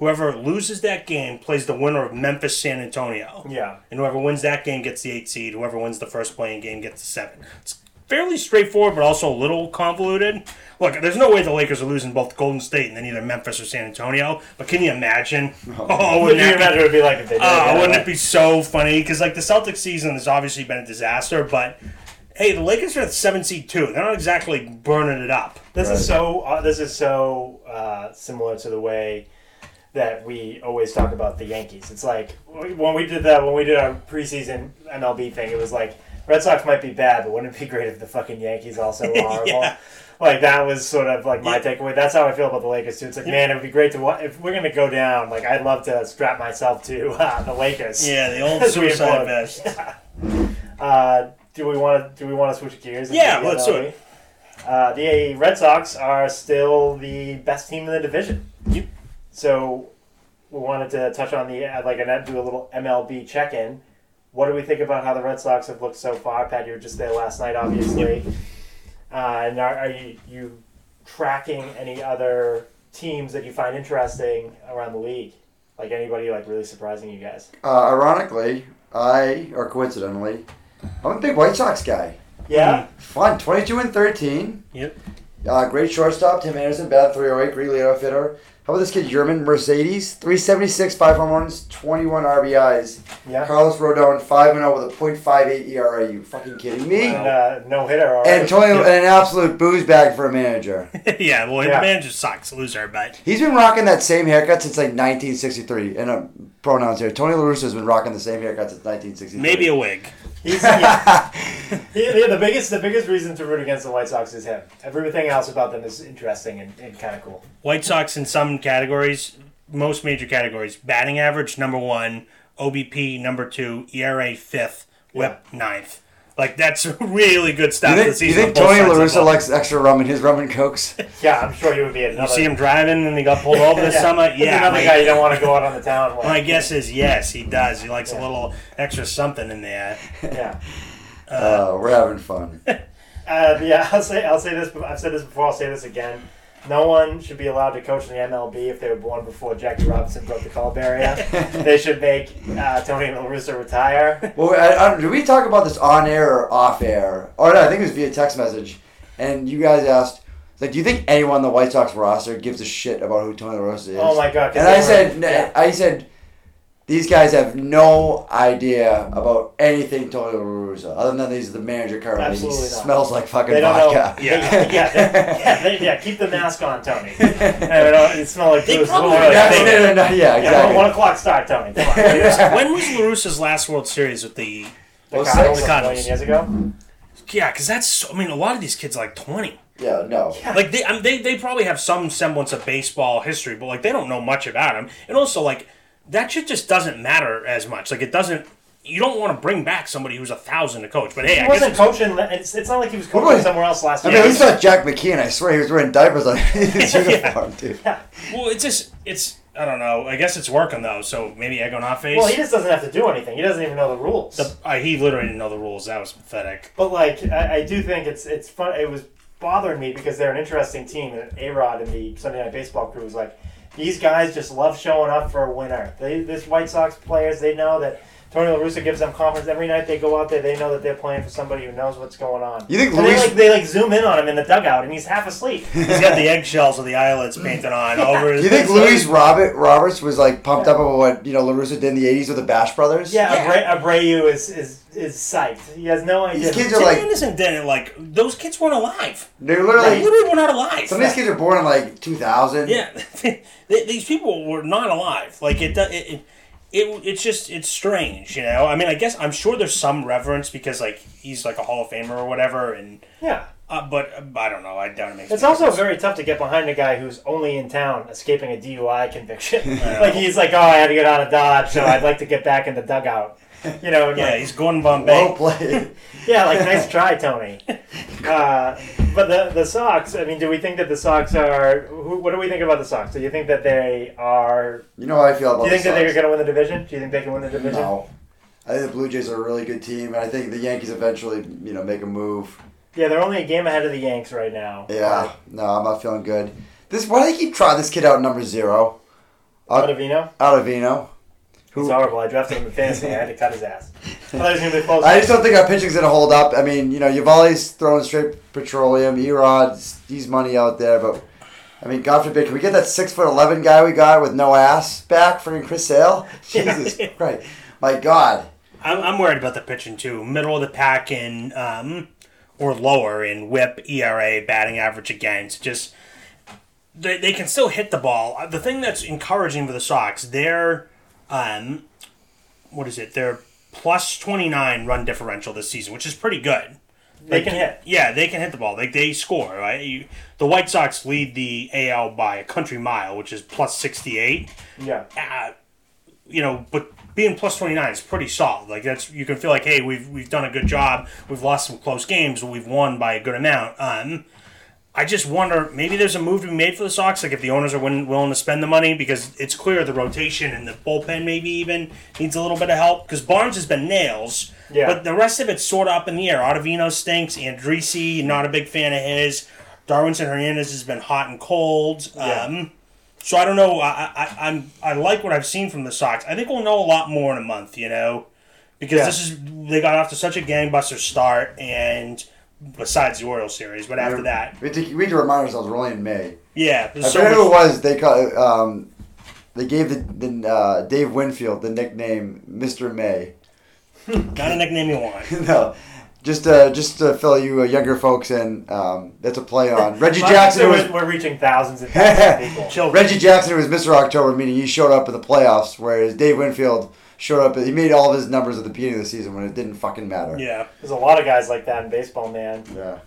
S1: Whoever loses that game plays the winner of Memphis San Antonio.
S2: Yeah.
S1: And whoever wins that game gets the eight seed. Whoever wins the first playing game gets the seven. It's fairly straightforward, but also a little convoluted. Look, there's no way the Lakers are losing both Golden State and then either Memphis or San Antonio. But can you imagine? Oh,
S2: Would
S1: wouldn't
S2: you
S1: that be
S2: imagine it would be like if they did?
S1: Oh,
S2: yeah.
S1: wouldn't it be so funny? Because like the Celtics season has obviously been a disaster, but hey, the Lakers are at seven seed two. They're not exactly burning it up.
S2: This
S3: Right.
S2: is so. Uh, this is so uh, similar to the way that we always talk about the Yankees. It's like when we did that when we did our preseason MLB thing. It was like Red Sox might be bad, but wouldn't it be great if the fucking Yankees also were horrible?
S1: Yeah.
S2: Like that was sort of like my
S1: Yeah.
S2: takeaway. That's how I feel about the Lakers too. It's like, man, it would be great to wa- if we're gonna go down. Like I'd love to strap myself to uh, the Lakers.
S1: Yeah, the old
S2: That's what you
S1: suicide
S2: want.
S1: vest.
S2: Uh, do we want to do we want to switch gears? and
S1: Yeah,
S2: do the
S1: let's do
S2: MLB?
S1: it.
S2: Uh, the Red Sox are still the best team in the division.
S1: Yep.
S2: So we wanted to touch on the uh, like and do a little MLB check in. What do we think about how the Red Sox have looked so far? Pat, you were just there last night, obviously. Uh, and are, are you, you tracking any other teams that you find interesting around the league? Like anybody like really surprising you guys?
S3: Uh, ironically, I or coincidentally, I'm a big White Sox guy.
S2: Yeah.
S3: Fun, 22 and 13.
S1: Yep.
S3: Uh, great shortstop, Tim Anderson, bat 308, great leadoff hitter. How about this kid, German Mercedes? 376, 5 home runs, 21 RBIs.
S2: Yeah.
S3: Carlos Rodon, 5 0 with a .58 ERA. E you fucking kidding me?
S2: And, uh, no hitter. All right.
S3: And Tony,
S1: Yeah.
S3: an absolute booze bag for a manager.
S1: yeah, well,
S2: Yeah.
S1: the manager sucks, loser, but
S3: He's been rocking that same haircut since like 1963. And uh, pronouns here. Tony La Russa's been rocking the same haircut since 1963.
S1: maybe a wig.
S2: He's, yeah. Yeah, yeah, the biggest the biggest reason to root against the White Sox is him. Everything else about them is interesting and, and kind of cool.
S1: White Sox in some categories, most major categories, batting average number one, OBP number two, ERA fifth, WHIP ninth. Like that's really good
S3: You
S1: stuff.
S3: think,
S1: this
S3: you
S1: season
S3: think
S1: on both
S3: Tony La
S1: sides of the
S3: Russa
S1: ball.
S3: likes extra rum in his rum and cokes?
S2: Yeah, I'm sure you would be another.
S1: You see him driving and he got pulled over this
S3: uh,
S1: summer.
S2: He's
S1: Yeah,
S2: another
S1: my,
S2: guy you don't want to go out on the town. With.
S1: my guess is yes, he does. He likes
S2: Yeah.
S1: a little extra something in there.
S2: yeah,
S3: Uh, we're having fun.
S2: uh, yeah. I'll say I'll say this. bef- I've said this before. I'll say this again. No one should be allowed to coach in the MLB if they were born before Jackie Robinson broke the call barrier. they should make uh, Tony La Russa retire.
S3: Well, I, I, did we talk about this on air or off air? Or no, I think it was via text message. And you guys asked, like, do you think anyone on the White Sox roster gives a shit about who Tony La Russa is?
S2: Oh my god! 'cause
S3: And
S2: they
S3: I
S2: were-
S3: said,
S2: yeah.
S3: I said, these guys have no idea about anything Tony La Russa, other than that he's the manager currently. He
S2: Absolutely not.
S3: smells like fucking
S2: They don't know.
S3: vodka.
S1: Yeah.
S2: yeah, yeah, yeah, they- yeah. Keep the mask on, Tony. I don't, it smelled like
S1: They
S2: booze.
S1: probably-
S2: What was
S3: Yeah,
S2: I
S1: They-
S2: thinking?
S3: no, no, no,
S2: Yeah,
S3: yeah,
S2: one- one
S3: exactly.
S2: o'clock start, Tony. Come on.
S1: when was LaRussa's last World Series with the?
S2: The
S3: Well,
S2: Cardinals
S3: six-
S2: a million years ago.
S1: Yeah, because that's. So, I mean, a lot of these kids are like twenty.
S3: Yeah, no.
S1: Like they, I mean, they, they probably have some semblance of baseball history, but like they don't know much about him. And also, like that shit just doesn't matter as much. Like it doesn't. You don't want to bring back somebody who's a thousand to coach. But hey,
S2: He
S1: I guess
S2: wasn't coaching. It's, it's not like he was
S3: What
S2: coaching
S3: was-
S2: somewhere else last
S3: I
S2: year.
S3: mean, he's not Jack McKeon. I swear he was wearing diapers on his uniform, dude.
S1: well, it's just it's. I don't know. I guess it's working though. So maybe egg on hot face.
S2: well, he just doesn't have to do anything. He doesn't even know the rules.
S1: Uh, he literally didn't know the rules. That was pathetic.
S2: but like, I, I do think it's it's fun. It was bothering me because they're an interesting team. And A Rod and the Sunday Night Baseball crew was like, these guys just love showing up for a winner. They this White Sox players, they know that. Tony La Russa gives them conference every night. They go out there. They know that they're playing for somebody who knows what's going on.
S3: You think
S2: And they
S3: Luis-
S2: like they like zoom in on him in the dugout, and he's half asleep.
S1: He's got the eggshells of the eyelids painted on over his.
S3: Do you think
S1: Louis?
S3: Luis Robert Roberts was like pumped up about what you know Larusa did in the '80s with the Bash Brothers?
S2: Yeah, Abra- Abreu is, is is psyched. He has no idea.
S3: these kids are
S1: Tim
S3: like
S1: Anderson didn't like those kids weren't alive.
S3: they're
S1: They
S3: literally.
S1: literally were not alive.
S3: Some of these kids are born in like 2000.
S1: Yeah, Th- these people were not alive. Like it, do- it, it, it, it's just it's strange, you know. I mean, I guess I'm sure there's some reverence because like he's like a Hall of Famer or whatever, and
S2: yeah.
S1: uh, but uh, I don't know. I doubt it makes.
S2: It's
S1: any
S2: also
S1: difference.
S2: very tough to get behind a guy who's only in town escaping a DUI conviction. like he's like, oh, I had to get out of Dodge, so I'd like to get back in the dugout. You know, and
S1: yeah,
S2: like,
S1: he's going Bombay.
S3: Well played.
S2: yeah, like nice try, Tony. Uh, but the the Sox. I mean, do we think that the Sox are? Who, what do we think about the Sox? Do you think that they are?
S3: You know how I feel
S2: Do
S3: about
S2: you think
S3: the
S2: that they're
S3: Sox.
S2: going to win the division? Do you think they can win the division?
S3: No. I think the Blue Jays are a really good team, and I think the Yankees eventually, you know, make a move.
S2: Yeah, they're only a game ahead of the Yanks right now.
S3: Yeah. No, I'm not feeling good. This why do they keep trying this kid out number zero? Out of
S2: Ottavino?
S3: Ottavino. Who-
S2: It's horrible. I drafted him in fantasy. I had to cut his ass. I thought he was gonna be close.
S3: I just don't think our pitching's gonna hold up. I mean, you know, Yuvali's throwing straight petroleum. Erod's he's money out there, but I mean, God forbid, can we get that six foot eleven guy we got with no ass back for Chris Sale? Jesus Christ, my God!
S1: I'm, I'm worried about the pitching too. Middle of the pack in um, or lower in WHIP, ERA, batting average against. Just they, they can still hit the ball. Uh, The thing that's encouraging for the Sox, their um, what is it? Their plus twenty nine run differential this season, which is pretty good.
S2: they can hit.
S1: Yeah, they can hit the ball. Like they score, right? You, the White Sox lead the AL by a country mile, which is plus sixty eight
S2: Yeah.
S1: uh, you know, but being plus twenty nine is pretty solid. Like that's you can feel like, hey, we've we've done a good job. We've lost some close games, but we've won by a good amount. Um, I just wonder maybe there's a move to be made for the Sox, like if the owners are win- willing to spend the money because it's clear the rotation and the bullpen maybe even needs a little bit of help because Barnes has been nails.
S2: Yeah.
S1: But the rest of it's sort of up in the air. Ottavino stinks. Andrisi, not a big fan of his. Darwinson Hernandez has been hot and cold.
S2: Yeah.
S1: Um, So I don't know. I, I I'm I like what I've seen from the Sox. I think we'll know a lot more in a month. You know, because
S2: Yeah.
S1: this is they got off to such a gangbuster start, and besides the Orioles series, but after that,
S3: we have, to, we have to remind ourselves we're only in May.
S1: yeah. there's
S3: I
S1: so
S3: forget who it
S1: much-
S3: was. They call, um, they gave the, the uh, Dave Winfield the nickname Mister May.
S1: not a nickname you want.
S3: no, just uh, just to fill you uh, younger folks in, um, that's a play on Reggie Jackson was
S2: We're, we're reaching thousands and thousands of people.
S1: Children.
S3: Reggie Jackson was Mr. October, meaning he showed up in the playoffs, whereas Dave Winfield showed up. He made all of his numbers at the beginning of the season when it didn't fucking matter.
S1: Yeah.
S2: There's a lot of guys like that in baseball, man.
S3: Yeah.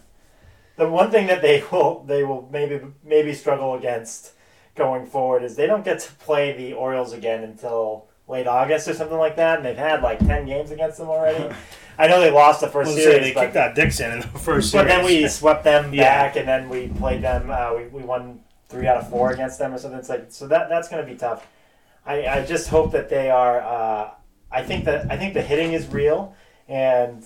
S2: The one thing that they will they will maybe maybe struggle against going forward is they don't get to play the Orioles again until late August or something like that, and they've had like ten games against them already. I know they lost the first
S1: Let's say
S2: series,
S1: they
S2: but,
S1: kicked out Dixon in the first series.
S2: but then we swept them
S1: Yeah.
S2: back, and then we played them. Uh, we we won three out of four against them or something. It's like so that that's going to be tough. I, I just hope that they are. Uh, I think that I think the hitting is real, and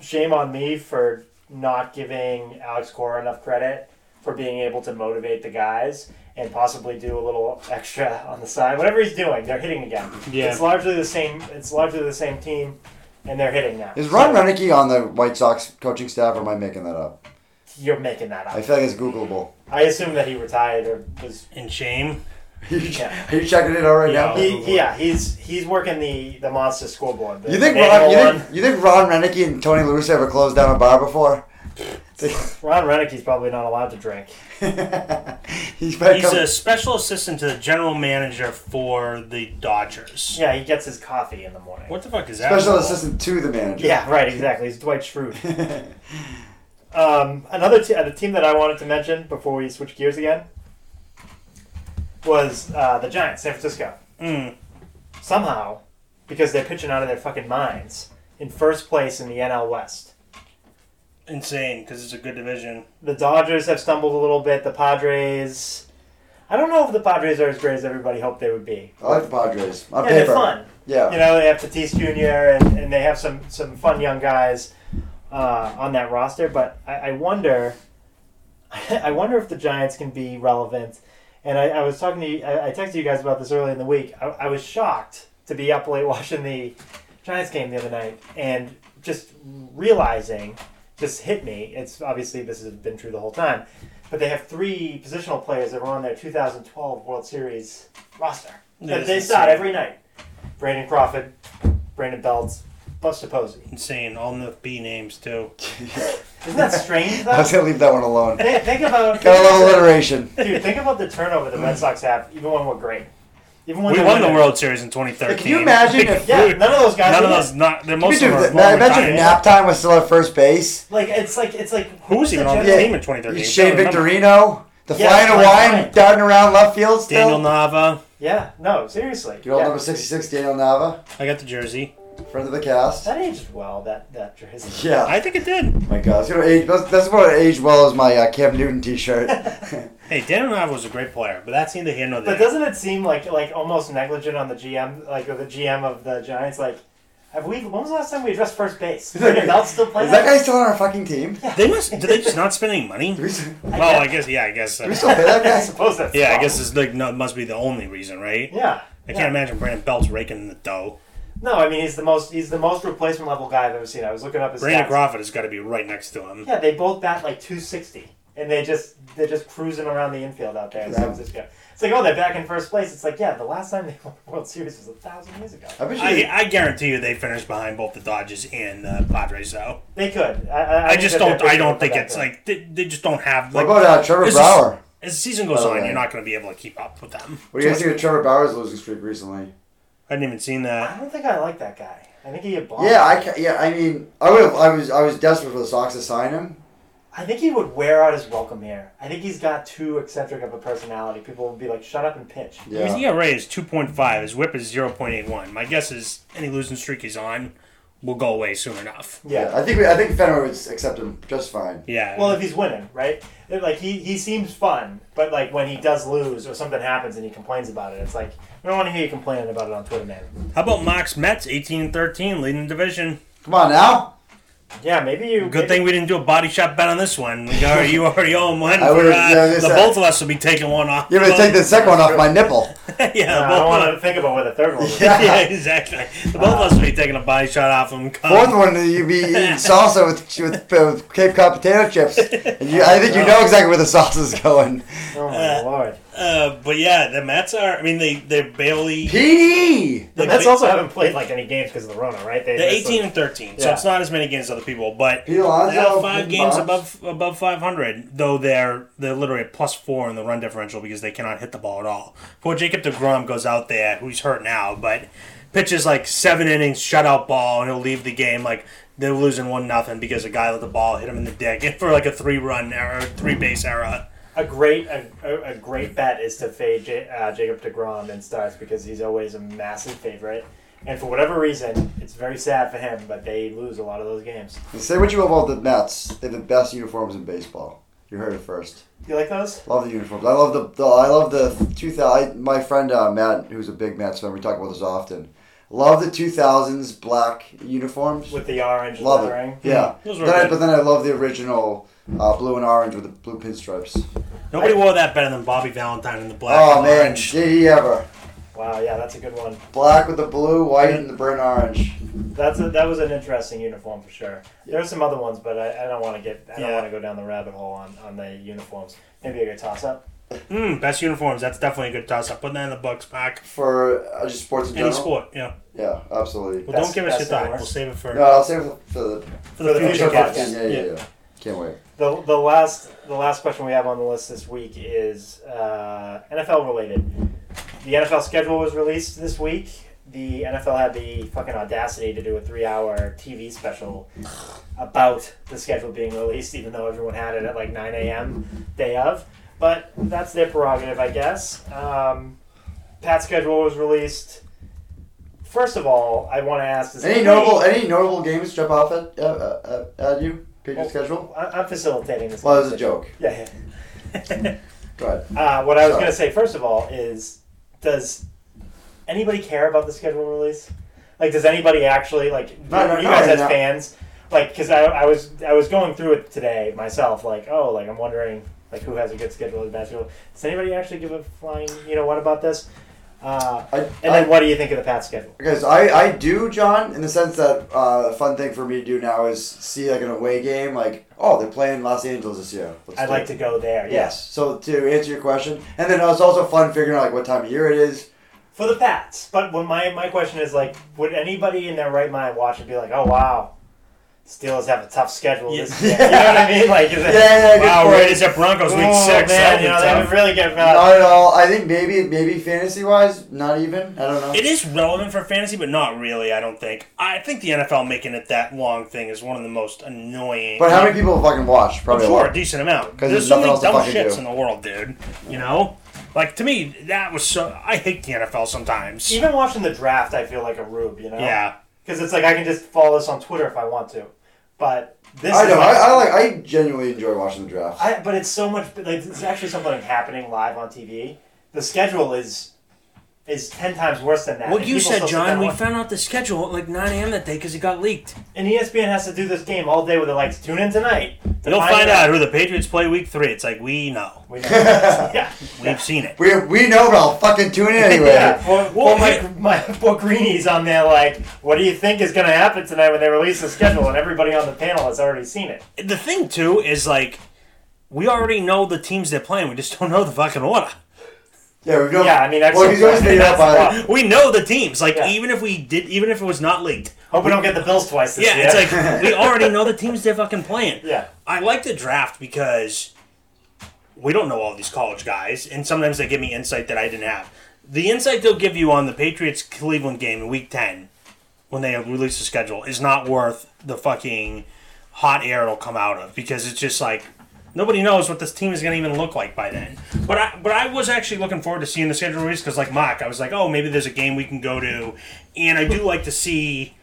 S2: shame on me for not giving Alex Cora enough credit for being able to motivate the guys and possibly do a little extra on the side. Whatever he's doing, they're hitting again.
S1: Yeah.
S2: It's largely the same. It's largely the same team, and they're hitting now.
S3: Is Ron
S2: So,
S3: Renicky on the White Sox coaching staff, or am I making that up?
S2: You're making that up.
S3: I feel like it's Googleable.
S2: I assume that he retired or was.
S1: and shame.
S3: Are you, are you checking it out right
S1: Yeah.
S3: now?
S1: Oh,
S2: He,
S1: Lord.
S2: yeah, he's he's working the the monster scoreboard. The
S3: You think,
S2: manual
S3: Ron, you,
S2: one.
S3: think, you think Ron Renicky and Tony La Russa ever closed down a bar before?
S2: Ron Renicky's probably not allowed to drink?
S3: he's better
S1: He's
S3: come-
S1: a special assistant to the general manager for the Dodgers.
S2: Yeah, he gets his coffee in the morning.
S1: What the fuck is that?
S3: special
S1: about?
S3: assistant to the manager.
S2: Yeah, right. Exactly. He's Dwight Schrute. um, another te- a team that I wanted to mention before we switch gears again was uh, the Giants, San Francisco.
S1: Mm.
S2: Somehow, because they're pitching out of their fucking minds, in first place in the NL West.
S1: Insane because it's a good division.
S2: The Dodgers have stumbled a little bit. The Padres. I don't know if the Padres are as great as everybody hoped they would be.
S3: I like the Padres. On
S2: Yeah,
S3: paper.
S2: they're fun.
S3: Yeah.
S2: You know, they have Tatis Jr. and, and they have some, some fun young guys uh, on that roster. But I, I wonder, I wonder if the Giants can be relevant. And I, I was talking to you, I, I texted you guys about this earlier in the week. I, I was shocked to be up late watching the Giants game the other night and just realizing, just hit me. It's obviously this has been true the whole time, but they have three positional players that were on their 2012 World Series roster.
S1: Yeah,
S2: that they
S1: it's
S2: start
S1: insane.
S2: every night. Brandon Crawford, Brandon Belts, Buster Posey.
S1: Insane. All in the B names too.
S2: Isn't that strange
S3: I
S2: though?
S3: was going to leave that one alone.
S2: Think think about
S3: Got a little alliteration.
S2: Dude, think about the turnover the Red Sox have, even when we're great. Even when
S1: We
S2: they're
S1: won the
S2: winning.
S1: World Series in 2013.
S3: Can you imagine if-
S2: Yeah, none of those guys.
S1: None
S2: are
S1: of those. Not they're most of
S3: Dude,
S1: them. are
S3: that-
S1: long
S3: imagine
S1: retired.
S3: nap time was still at first base.
S2: Like it's like it's like
S1: Who was even on the
S3: Yeah.
S1: team in 2013?
S3: Shane
S1: Don't remember.
S3: Victorino, the
S2: Yeah,
S3: flying
S2: Frank
S3: Hawaiian
S2: Wright.
S3: darting around left field still.
S1: Daniel Nava.
S2: Yeah, no, seriously.
S3: Good old
S2: yeah.
S3: number 66, Daniel Nava,
S1: I got the jersey.
S3: friend of the cast.
S2: That aged well. That that jersey.
S3: Yeah.
S1: I think it did.
S3: oh my God, it's gonna age. That's, that's about age well as my uh, Cam Newton T-shirt.
S1: Hey, Daniel Nava was a great player, but that's neither here nor there.
S2: But doesn't it seem like like almost negligent on the GM, like the GM of the Giants? Like, have we? When was the last time we addressed first base? Is Belt still
S3: Is
S2: playing?
S3: that guy still on our fucking team?
S1: They must. Did they just not spend any money?
S3: Do we, s- do
S1: Well, I guess. Yeah, I guess. So.
S3: we still pay
S2: I
S3: that guy?
S2: suppose that's.
S1: Yeah, I
S2: wrong.
S1: guess it's like no, it must be the only reason, right?
S2: Yeah.
S1: I
S2: yeah.
S1: can't imagine Brandon Belt's raking the dough.
S2: No, I mean he's the most he's the most replacement level guy I've ever seen. I was looking up his
S1: Brandon
S2: stats.
S1: Crawford has got to be right next to him.
S2: Yeah, they both bat like 260, and they just they're just cruising around the infield out there in San Francisco. It's like, oh, they're back in first place. It's like, yeah, the last time they won the World Series was a thousand years ago.
S3: I bet you.
S1: I, I guarantee you they finished behind both the Dodgers and the Padres, though.
S2: They could. I, I,
S1: I
S2: think
S1: just
S2: that they're
S1: don't. I
S2: big
S1: don't
S2: enough for
S1: think
S2: that
S1: it's
S2: to-
S1: like they, they just don't have.
S3: what
S1: Like,
S3: about uh, Trevor
S1: this is-
S3: Bauer?
S1: as the season goes
S3: Oh,
S1: on,
S3: yeah.
S1: you're not going to be able to keep up with them.
S3: what do you guys think of Trevor Bauer's losing streak recently?
S1: I hadn't even seen
S2: I
S1: that.
S2: don't think I like that guy. I think he a bomb.
S3: Yeah, I ca- yeah. I mean, I would. I was. I was desperate for the Sox to sign him.
S2: I think he would wear out his welcome here. I think he's got too eccentric of a personality. People would be like, shut up and pitch.
S1: His
S3: Yeah.
S1: ERA E is 2.5. His WHIP is 0.81. My guess is any losing streak he's on will go away soon enough.
S2: Yeah.
S3: I think. we- I think Fenner would accept him just fine.
S1: Yeah.
S2: Well, if he's winning, right? It- Like he, he seems fun, but like when he does lose or something happens and he complains about it, it's like I don't want to hear you complaining about it on Twitter, man.
S1: How about Mox Mets 18 and 13 leading the division?
S3: Come on now.
S2: Yeah, maybe you.
S1: Good thing we didn't do a body shot bet on this one. We already, you already own one.
S3: I
S1: for,
S3: would've-
S1: uh,
S3: yeah, I was
S1: the
S3: gonna say-
S1: both of us will be taking one off.
S3: You're gonna take the second one off my nipple.
S1: yeah, the
S2: uh, I don't
S1: both
S2: want
S1: of
S2: to think about where the third one.
S3: Yeah.
S2: Yeah.
S1: yeah, exactly. The both of us will be taking a body shot off him.
S3: Fourth one, you'd be eating salsa with with, with Cape Cod potato chips. And you, I think you know exactly where the salsa's going.
S2: Oh my
S1: Uh,
S2: lord!
S1: Uh, but yeah, the Mets are. I mean, they they're barely.
S3: PD.
S2: The
S1: they-
S2: Mets also haven't played like any games because of the Rona, right? They,
S1: They're
S2: that's, like,
S1: 18 and 13, so
S2: Yeah.
S1: it's not as many games as other people, but
S3: Pete Alonso,
S1: they are five
S3: Pete
S1: games
S3: Box.
S1: above above 500, though they're they're literally at plus four in the run differential because they cannot hit the ball at all. Poor Jacob DeGrom goes out there, who's hurt now, but pitches like seven innings shutout ball, and he'll leave the game like they're losing one nothing because a guy let the ball hit him in the dick for like a three run error, three base error.
S2: A great, a, a, a great bet is to fade J, uh, Jacob Degrom in starts because he's always a massive favorite, and for whatever reason, it's very sad for him. But they lose a lot of those games.
S3: Say what you will about the Mets. They have the best uniforms in baseball. You heard it first.
S2: You like those?
S3: Love the uniforms. I love the, the I love the 2000. I, my friend uh, Matt, who's a big Mets fan, we talk about this often. Love the 2000s black uniforms.
S2: With the orange
S3: love
S2: lettering.
S3: it. Yeah.
S1: Hmm. Those were
S3: Then I,
S1: good.
S3: but then I love the original uh, blue and orange with the blue pinstripes.
S1: Nobody wore that better than Bobby Valentine in the black
S3: oh
S1: and
S3: man,
S1: orange.
S3: did he ever?
S2: Wow, yeah, that's a good one.
S3: Black with the blue, white, and the burnt orange.
S2: That's a, that was an interesting uniform for sure. There are some other ones, but I, I don't want to get I don't
S1: Yeah.
S2: want to go down the rabbit hole on, on the uniforms. Maybe a good toss up.
S1: Mm, best uniforms. That's definitely a good toss up. Putting that in the books, Mark.
S3: For uh, just sports in
S1: Any
S3: general.
S1: sport, yeah.
S3: Yeah, absolutely.
S1: Well,
S2: That's-
S1: don't give us your
S2: that's the
S1: thought.
S2: worst.
S1: We'll save it for
S3: No, I'll save it for the
S1: for the
S2: For the
S1: future.
S2: future
S1: podcast.
S2: podcast.
S3: Yeah, yeah, yeah. Can't wait.
S2: The, the last the last question we have on the list this week is uh, NFL related. The NFL schedule was released this week. The NFL had the fucking audacity to do a three hour TV special about the schedule being released, even though everyone had it at like 9 a.m. day of. But that's their prerogative, I guess. Um, Pat's schedule was released. First of all, I want to ask this.
S3: Any notable any notable games jump off at uh, uh, uh, at you? Patriot
S2: Oh.
S3: schedule?
S2: I- I'm facilitating this.
S3: Well, it was a
S2: conversation.
S3: joke.
S2: Yeah, yeah.
S3: Go ahead.
S2: Uh, what I was
S3: Sorry.
S2: going to say first of all is, does anybody care about the schedule release? Like, does anybody actually like
S3: No, no,
S2: you
S3: no,
S2: guys as
S3: no.
S2: fans? Like, because I, I was I was going through it today myself. Like, oh, like I'm wondering like who has a good schedule, a bad schedule. Does anybody actually give a flying you know what about this? Uh,
S3: I,
S2: and
S3: I-
S2: then what do you think of the Pat schedule?
S3: Because I, I do, John, in the sense that uh, a fun thing for me to do now is see like an away game, like, oh, they're playing Los Angeles this year. Let's
S2: I'd
S3: do
S2: like
S3: it.
S2: to go there. Yes,
S3: Yes. So to answer your question, and then it's also fun figuring out like what time of year it is.
S2: for the Pats. But when my my question is like, would anybody in their right mind watch and be like, oh wow, Steelers have a tough schedule this year?
S3: Yeah.
S2: You know what I mean? Like, is it,
S3: Yeah, yeah, good
S1: Wow,
S3: point.
S1: Raiders at Broncos week
S2: Oh,
S1: six.
S2: Man,
S1: That'd
S2: you
S1: be
S2: know,
S1: tough.
S2: they would really get
S3: Not
S2: mad.
S3: at all. I think maybe maybe fantasy wise, not even. I don't know.
S1: It is relevant for fantasy, but not really. I don't think. I think the NFL making it that long thing is one of the most annoying.
S3: But how many people fucking watch?
S1: I'm
S3: Probably a
S1: sure a
S3: lot.
S1: decent amount.
S3: 'Cause
S1: There's
S3: there's
S1: so
S3: nothing
S1: many
S3: else to
S1: dumb
S3: fucking
S1: shits
S3: do.
S1: in the world, dude. You know, like to me, that was so. I hate the NFL sometimes.
S2: Even watching the draft, I feel like a rube, you know?
S1: Yeah,
S2: Because it's like I can just follow this on Twitter if I want to. But this
S3: I
S2: is
S3: know.
S2: like,
S3: I, I like. I genuinely enjoy watching the draft.
S2: I- but it's so much. Like, it's actually something happening live on TV. The schedule is is ten times worse than that.
S1: Well,
S2: and
S1: you
S2: people
S1: said,
S2: still sit down
S1: John,
S2: and
S1: we
S2: watch-
S1: found out the schedule at like 9 a.m. that day because it got leaked.
S2: and E ESPN has to do this game all day where they're like, tune in tonight. to
S1: You'll find out who the Patriots play week three. It's like, we know.
S2: We know. yeah.
S1: We've seen it.
S3: we we know, but I'll fucking tune in anyway.
S2: Yeah, poor,
S1: Well,
S2: poor my, my poor Greenies on there like, what do you think is going to happen tonight when they release the schedule? And everybody on the panel has already seen it.
S1: The thing, too, is like, we already know the teams they're playing. We just don't know the fucking order.
S3: Yeah, we know.
S2: Yeah, I mean, that's-
S3: well, he's always figured out
S2: that's the
S3: by.
S2: problem.
S1: We know the teams. Like,
S2: Yeah.
S1: even if we did, even if it was not leaked.
S2: Hope we don't get the Bills twice this
S1: Yeah,
S2: year.
S1: it's like, we already know the teams they're fucking playing.
S2: yeah,
S1: I like the draft because we don't know all these college guys, and sometimes they give me insight that I didn't have. The insight they'll give you on the Patriots Cleveland game in week 10 when they release the schedule is not worth the fucking hot air it'll come out of because it's just like nobody knows what this team is going to even look like by then. But I but I was actually looking forward to seeing the schedule release because like Mark, I was like, oh maybe there's a game we can go to, and I do like to see.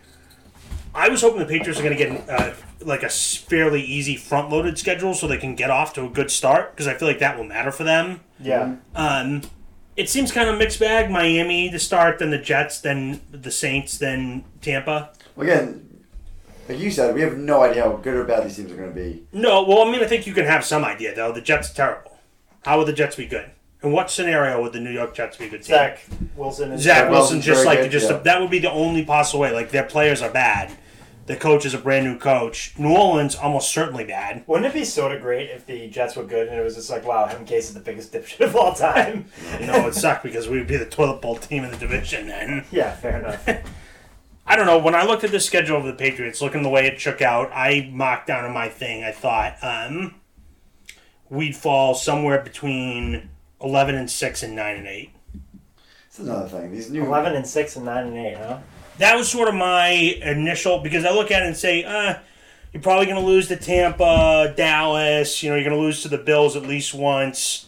S1: I was hoping the Patriots are going to get uh, like a s- fairly easy front-loaded schedule so they can get off to a good start because I feel like that will matter for them.
S2: yeah.
S1: Um, it seems kind of mixed bag. Miami to start, then the Jets, then the Saints, then Tampa.
S3: Again, like you said, we have no idea how good or bad these teams are going to be.
S1: No, well, I mean, I think you can have some idea though. The Jets are terrible. How would the Jets be good? In what scenario would the New York Jets be a good team?
S2: Zach Wilson and
S1: Zach Wilson,
S3: Zach Wilson's
S1: just
S3: very
S1: like
S3: good,
S1: just
S3: yeah.
S1: that would be the only possible way. Like their players are bad. The coach is a brand new coach. New Orleans almost certainly bad.
S2: Wouldn't it be sort of great if the Jets were good and it was just like, wow, Adam Case is the biggest dipshit of all time?
S1: You know, it sucked because we would be the toilet bowl team in the division then.
S2: yeah, fair enough.
S1: I don't know. When I looked at the schedule of the Patriots, looking the way it shook out, I mocked down on my thing. I thought um, we'd fall somewhere between eleven and six and nine and eight.
S3: This is another thing. These new
S2: Eleven and six and nine and eight, huh?
S1: That was sort of my initial because I look at it and say, uh, you're probably going to lose to Tampa, Dallas. You know, you're going to lose to the Bills at least once.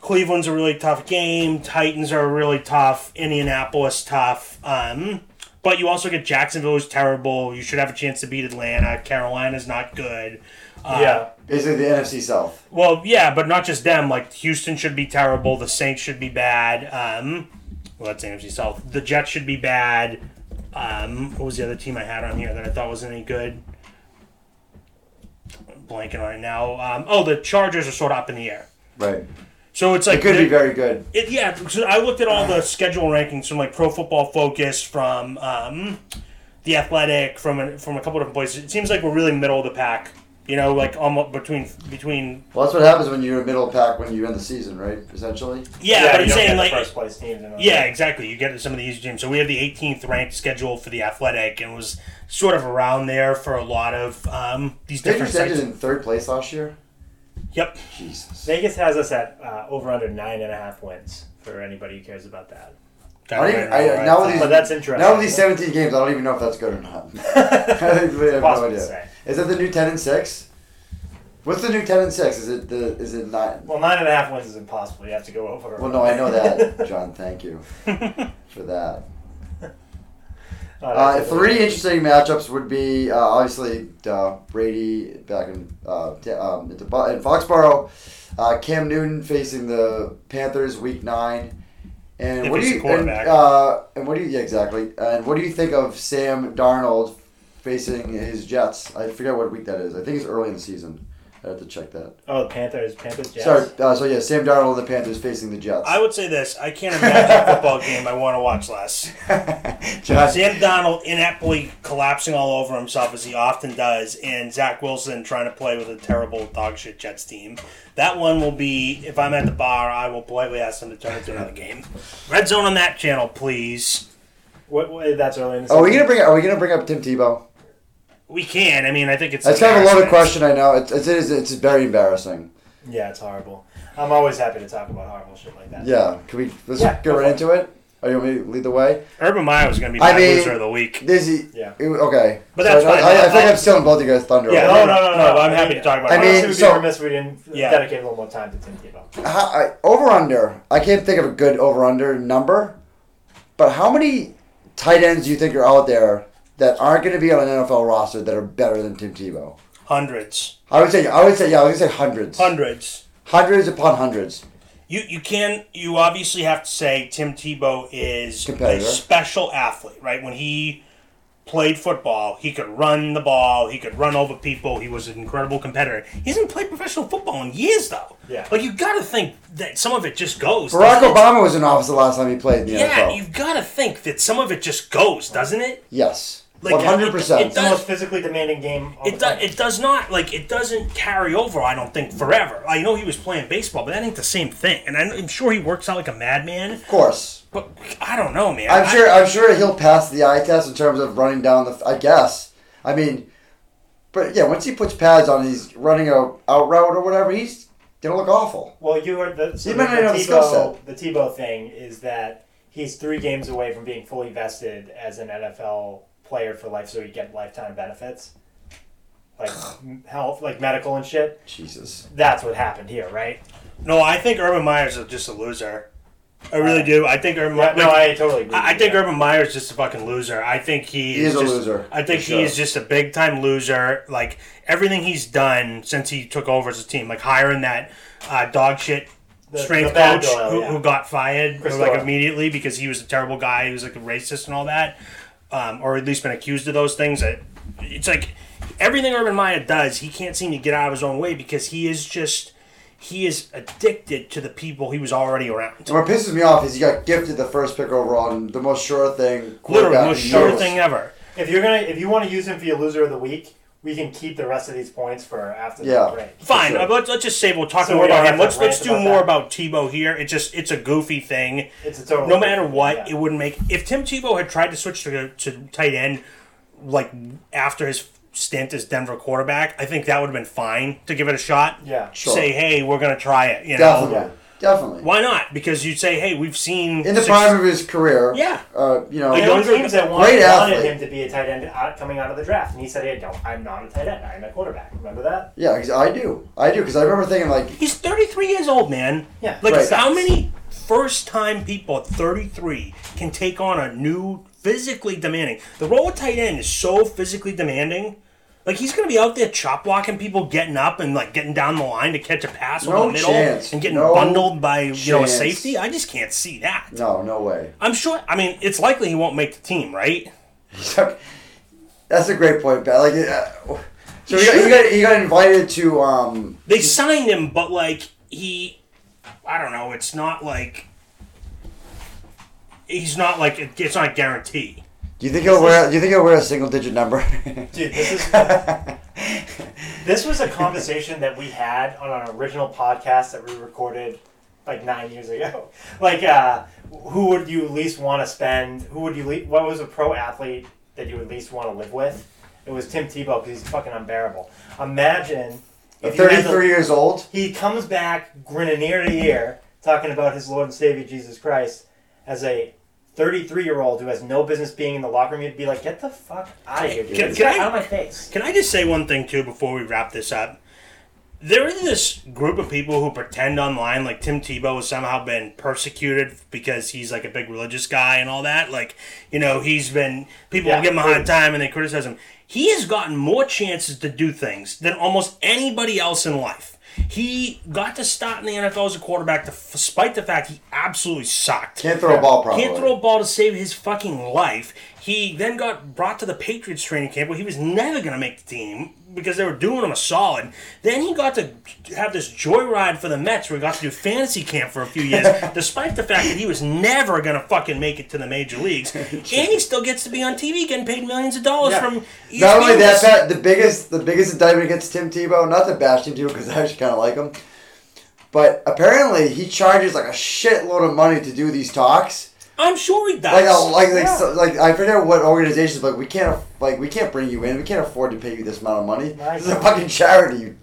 S1: Cleveland's a really tough game. Titans are really tough. Indianapolis tough. Um, but you also get Jacksonville who's terrible. You should have a chance to beat Atlanta. Carolina's not good. Uh,
S2: yeah.
S3: basically the NFC South.
S1: Well, yeah, but not just them. Like Houston should be terrible. The Saints should be bad. Um, well, that's NFC South. The Jets should be bad. Um, what was the other team I had on here that I thought wasn't any good? I'm blanking right now. Um, oh, the Chargers are sort of up in the air.
S3: Right.
S1: So it's like
S3: It could
S1: the-
S3: be very good.
S1: it, yeah, so I looked at all the schedule rankings from like Pro Football Focus, from um, the Athletic, from a, from a couple different places. It seems like we're really middle of the pack. You know, like almost between between
S3: Well, that's what happens when you're a middle pack when you end the season, right? Essentially.
S1: yeah, but
S2: you
S1: I'm
S2: don't
S1: saying
S2: get the
S1: like
S2: first place teams. and all
S1: Yeah,
S2: that.
S1: exactly. You get to some of the easy teams. So we have the 18th ranked schedule for the Athletic, and was sort of around there for a lot of um, these
S3: Did you
S1: different
S3: say
S1: sites.
S3: it in third place last year?
S1: Yep.
S3: Jesus.
S2: Vegas has us at uh, over under nine and a half wins for anybody who cares about that.
S1: Got
S3: I
S1: it
S3: think-
S1: right
S3: I-
S1: now, right?
S3: now with these-
S2: But that's interesting.
S3: Now with these 17 games, I don't even know if that's good or not. I have no
S2: Possible to
S3: idea.
S2: say.
S3: Is that the new 10 and 6? What's the new 10 and 6? Is it the is it 9?
S2: Well, nine and a half wins is impossible. You have to go over.
S3: Well, no, I know that, Uh, John. Thank you for that.
S2: Oh,
S3: Uh,
S2: that's a-
S3: three interesting matchups would be uh, obviously uh, Brady back in uh, t- um, into Bo- in Foxborough, uh, Cam Newton facing the Panthers Week Nine, and
S1: If
S3: what do
S1: he's
S3: you
S1: the quarterback.
S3: And, uh, and what do you yeah, exactly? And what do you think of Sam Darnold facing his Jets? I forget what week that is. I think it's early in the season. I have to check that.
S2: Oh, the Panthers. Panthers. Jets.
S3: Sorry. Uh, so yeah, Sam Darnold and the Panthers facing the Jets.
S1: I would say this. I can't imagine a football game I want to watch less.
S3: Josh,
S1: Sam Donald inaptly collapsing all over himself as he often does, and Zach Wilson trying to play with a terrible dog shit Jets team. That one will be if I'm at the bar, I will politely ask them to turn it to another game. Red zone on that channel, please.
S2: What, what, that's early in the
S3: Oh, are we
S2: season.
S3: gonna bring? Are we gonna bring up Tim Tebow?
S1: We can. I mean, I think it's.
S3: That's kind of a loaded
S1: embarrassing.
S3: question. I know it's it's, it's it's very embarrassing.
S2: Yeah, it's horrible. I'm always happy to talk about horrible shit like that.
S3: Yeah, can we let's
S2: Yeah,
S3: get
S2: go
S3: right into it? Are you want me to lead the way?
S1: Urban Meyer was going to be
S3: I
S1: my
S3: mean-
S1: loser of the week.
S3: This is,
S2: Yeah.
S3: it- okay,
S1: But that's
S3: I,
S1: fine.
S3: I, I think
S1: I-
S3: I'm stealing both you guys' thunder.
S1: Yeah,
S3: a
S2: No,
S3: little.
S2: no, no, no.
S1: No, but I'm happy to talk about
S2: I
S1: it.
S2: mean,
S3: I
S2: Honestly,
S3: mean,
S2: we'd
S3: so-
S2: be remiss if we didn't
S1: Yeah.
S2: dedicate a little more time to Tim Tebow.
S3: How, I, over under. I can't think of a good over under number, but how many tight ends do you think are out there that aren't going to be on an NFL roster that are better than Tim Tebow?
S1: Hundreds,
S3: I would say I would say yeah. I was gonna say hundreds,
S1: hundreds.
S3: hundreds upon hundreds.
S1: You you can you obviously have to say Tim Tebow is
S3: Competitor.
S1: a special athlete, right? When he played football, he could run the ball, he could run over people. He was an incredible competitor. He hasn't played professional football in years, though.
S2: Yeah.
S1: like you got to think that some of it just goes.
S3: Barack
S1: doesn't it?
S3: Obama was in office the last time he played in the
S1: Yeah,
S3: NFL.
S1: you've got to think that some of it just goes, doesn't it?
S3: yes,
S1: Like,
S3: one hundred percent.
S1: it
S2: It's the
S1: does-
S2: most physically demanding game. Of
S1: It does. It does not like it doesn't carry over. I don't think forever. I know he was playing baseball, but that ain't the same thing. And I'm I'm sure he works out like a madman.
S3: Of course.
S1: But I don't know, man.
S3: I'm
S1: I-
S3: sure. I'm sure he'll pass the eye test in terms of running down the. I guess. I mean, but yeah, once he puts pads on, he's running a out route or whatever. He's gonna look awful.
S2: Well, you heard the, so
S3: You
S2: the,
S3: might not know the skill
S2: Tebow, the Tebow thing is that he's three games away from being fully vested as an NFL player for life, so he get lifetime benefits, like m- health, like medical and shit.
S3: Jesus.
S2: That's what happened here, right?
S1: no, I think Urban Meyer's is just a loser. I really do. I think Urban. Meyer,
S2: Uh, no,
S1: like,
S2: I totally agree.
S1: I, I
S2: with
S1: think
S2: you.
S1: Urban Meyer's just a fucking loser. I think he,
S3: He is a
S1: just,
S3: loser,
S1: I think
S3: for
S1: he
S3: sure.
S1: is just a big time loser. Like everything he's done since he took over as a team, like hiring that uh, dog shit
S2: The-
S1: strength
S2: the bad
S1: coach
S2: Doyle,
S1: who,
S2: yeah.
S1: who got fired
S2: Chris
S1: like
S2: Doyle.
S1: immediately because he was a terrible guy. He was like a racist and all that, um, or at least been accused of those things. I, it's like everything Urban Meyer does, he can't seem to get out of his own way because he is just he is addicted to the people he was already around.
S3: And what pisses me off is he got gifted the first pick overall and the most sure thing.
S1: Literally,
S3: quarterback
S1: most
S3: in
S1: sure
S3: years.
S1: thing ever.
S2: If you're gonna, if you want to use him for your loser of the week, we can keep the rest of these points for after
S3: Yeah.
S2: the break.
S1: Fine.
S3: sure.
S1: uh, Let's, let's just say we'll talk
S2: So
S1: more
S2: we don't
S1: about
S2: have
S1: him.
S2: to
S1: Let's let's
S2: rant
S1: do
S2: about
S1: more
S2: that.
S1: about Tebow here. It just it's a goofy thing.
S2: It's a total.
S1: No matter what,
S2: Yeah.
S1: it wouldn't make if Tim Tebow had tried to switch to to tight end like after his stint as Denver quarterback. I think that would have been fine to give it a shot.
S2: yeah.
S3: Sure.
S1: Say, hey, we're gonna try it. You know,
S3: Definitely.
S2: Yeah.
S3: Definitely.
S1: why not? Because you'd say, hey, we've seen
S3: In the
S1: suc-
S3: prime of his career.
S1: Yeah.
S3: Uh, you know.
S1: Like,
S2: There
S1: don't-
S2: were teams that wanted,
S3: Great
S2: wanted
S3: athlete.
S2: him to be a tight end out, coming out of the draft, and he said, "Hey, no, I'm not a tight end. I'm a quarterback." Remember that?
S3: yeah, 'cause I do. I do because I remember thinking like,
S1: He's 33 years old, man.
S2: Yeah.
S1: Like,
S3: Right.
S1: how many first time people at 33 can take on a new, physically demanding? The role of tight end is so physically demanding. Like, he's going to be out there chop blocking people, getting up and, like, getting down the line to catch a pass
S3: No
S1: over the middle
S3: chance.
S1: and getting
S3: No
S1: bundled by, you know, a
S3: chance.
S1: safety. I just can't see that.
S3: no, no way.
S1: I'm sure, I mean, it's likely he won't make the team, right?
S3: That's a great point, Pat. Like, uh, so he got, he got he got invited to um
S1: They signed him, but, like, he, I don't know, it's not like. He's not like it's not a guarantee.
S3: Do you think he'll wear? Do you think he'll wear a single digit number?
S2: Dude, this is this was a conversation that we had on our original podcast that we recorded like nine years ago. Like, uh, who would you least want to spend? Who would you? Le- what was a pro athlete that you would least want to live with? It was Tim Tebow because he's fucking unbearable. Imagine if you
S3: Thirty
S2: had the-
S3: three years old.
S2: he comes back grinning ear to ear, talking about his Lord and Savior Jesus Christ as a 33 year old who has no business being in the locker room. You'd be like, get the fuck out of here, dude.
S1: Can-
S2: Get
S1: can I-
S2: out of my face.
S1: Can I just say one thing too before we wrap this up? There is this group of people who pretend online like Tim Tebow has somehow been persecuted because he's like a big religious guy and all that. Like, you know, he's been people
S2: Yeah.
S1: give him a hard time and they criticize him. He has gotten more chances to do things than almost anybody else in life. He got to start in the NFL as a quarterback despite the fact he absolutely sucked.
S3: Can't throw a ball properly.
S1: Can't throw a ball to save his fucking life. He then got brought to the Patriots training camp where he was never going to make the team because they were doing him a solid. Then he got to have this joyride for the Mets where he got to do fantasy camp for a few years, despite the fact that he was never going to fucking make it to the major leagues. and he still gets to be on TV getting paid millions of dollars
S2: Yeah.
S1: from. E
S3: Not only
S1: ESPN.
S3: that, Pat, the biggest the biggest indictment against Tim Tebow, not to bash Tim Tebow because I actually kind of like him, but apparently he charges like a shitload of money to do these talks.
S1: I'm sure he does.
S3: Like, a, like, like,
S2: Yeah.
S3: so, like, I forget what organizations, but we can't, like, we can't bring you in. We can't afford to pay you this amount of money.
S2: Right.
S3: This is a fucking charity. you-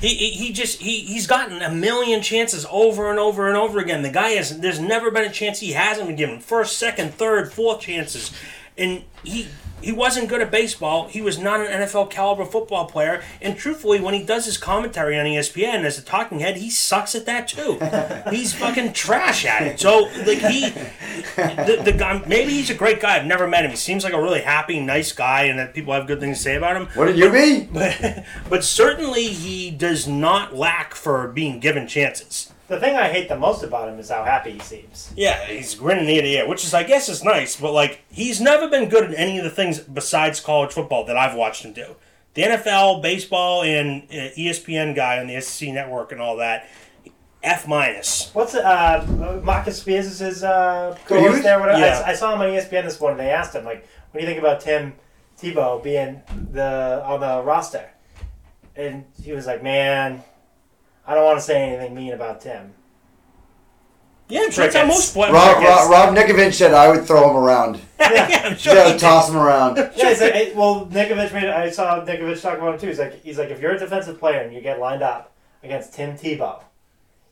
S1: He, he, he just he, he's gotten a million chances over and over and over again. The guy has there's never been a chance he hasn't been given first, second, third, fourth chances, and he he wasn't good at baseball. He was not an NFL caliber football player, and truthfully, when he does his commentary on E ESPN as a talking head, he sucks at that too. he's fucking trash at it. So like he the, the guy maybe he's a great guy. I've never met him. He seems like a really happy, nice guy, and that people have good things to say about him
S3: Wouldn't you be?
S1: but but certainly he does not lack for being given chances.
S2: The thing I hate the most about him is how happy he seems.
S1: Yeah, he's grinning ear to ear, which is I guess is nice, but like he's never been good at any of the things besides college football that I've watched him do. The NFL, baseball, and uh, ESPN guy on the SEC network and all that. F minus.
S2: What's uh, Marcus Spears is his uh,
S3: Who,
S2: co-host
S3: you?
S2: there? Whatever.
S1: Yeah.
S2: I, I saw him on E ESPN this morning. They asked him like, "What do you think about Tim Tebow being the on the roster?" And he was like, "Man, I don't want to say anything mean about Tim."
S1: Yeah, I'm sure that's how
S2: Crickets.
S1: most players.
S3: Rob,
S2: Yes.
S3: Rob, Rob Nikovich said I would throw him around.
S1: yeah, I'm sure.
S3: Yeah, I
S1: he-
S3: would toss him around.
S2: Yeah, he's like, hey, well, Nikovic made. I saw Nikovic talk about him too. He's like, he's like, if you're a defensive player and you get lined up against Tim Tebow,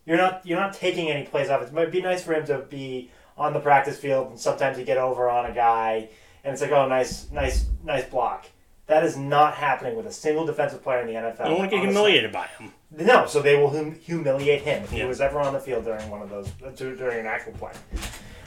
S2: you're not you're not taking any plays off. It might be nice for him to be on the practice field, and sometimes you get over on a guy, and it's like, oh, nice, nice, nice block. That is not happening with a single defensive player in the NFL.
S1: I don't want to get
S2: honestly.
S1: humiliated by him.
S2: No, so they will hum- humiliate him if
S1: Yeah.
S2: he was ever on the field during one of those dur- during an actual play.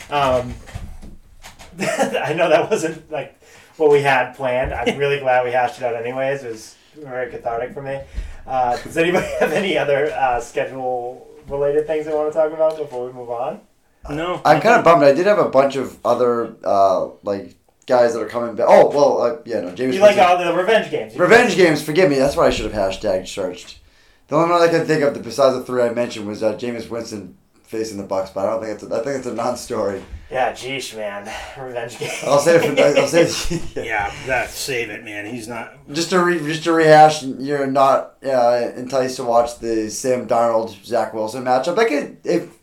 S2: Um, I know that wasn't like what we had planned. I'm really glad we hashed it out, anyways. It was very cathartic for me. Uh, does anybody have any other uh, schedule related things they want to talk about before we move on?
S1: No,
S3: I'm kind of bummed. I did have a bunch of other uh, like guys that are coming back. Oh well, uh, yeah, no, James.
S2: You like all the revenge games.
S3: Revenge games, forgive me. That's what I should have hashtag searched. The only one I can think of, that besides the three I mentioned, was uh, Jameis Winston facing the Bucks, but I don't think it's. A, I think it's a non-story.
S2: Yeah, geesh, man. Revenge games.
S3: I'll say it. For, I'll say it.
S1: Yeah, that save it, man. He's not.
S3: Just to re, just to rehash, you're not uh, enticed to watch the Sam Darnold Zach Wilson matchup. I could if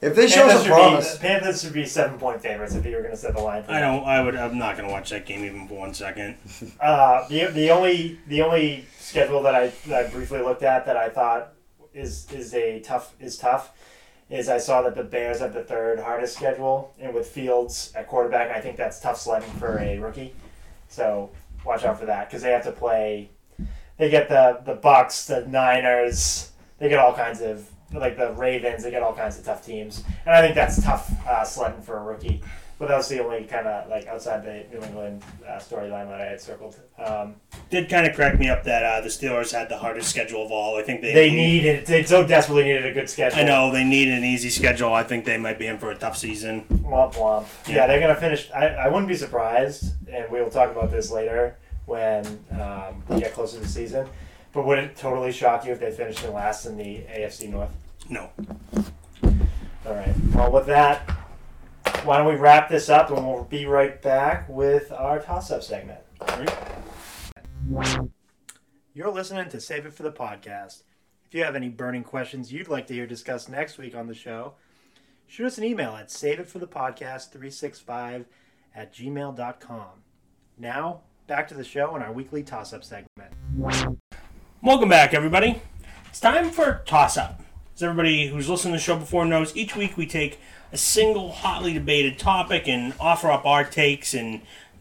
S3: if they show
S2: Panthers
S3: us a
S2: should,
S3: promise.
S2: be, Panthers should be seven point favorites if you were going to set the line. For
S1: I don't. I would. I'm not gonna watch that game even for one second.
S2: Uh, the, the only the only schedule that I, that I briefly looked at that I thought is is a tough is tough is I saw that the Bears have the third hardest schedule and with Fields at quarterback I think that's tough sledding for a rookie. So watch out for that because they have to play. They get the the Bucks, the Niners. They get all kinds of like the Ravens. They get all kinds of tough teams, and I think that's tough uh, sledding for a rookie. But that was the only kind of like outside the New England uh, storyline that I had circled. Um,
S1: Did kind of crack me up that uh, the Steelers had the hardest schedule of all. I think they
S2: they needed they so desperately needed a good schedule.
S1: I know they need an easy schedule. I think they might be in for a tough season.
S2: Womp womp. Yeah,
S1: Yeah.
S2: they're gonna finish. I, I wouldn't be surprised, and we will talk about this later when um, we get closer to the season. But would it totally shock you if they finished in last in the AFC North?
S1: No,
S2: All right. Well, with that, why don't we wrap this up and we'll be right back with our toss-up segment. You're listening to Save It for the Podcast. If you have any burning questions you'd like to hear discussed next week on the show, shoot us an email at saveitforthepodcast365 at gmail.com. Now, back to the show and our weekly toss up segment.
S1: Welcome back, everybody. It's time for Toss Up. As everybody who's listened to the show before knows, each week we take a single hotly debated topic and offer up our takes and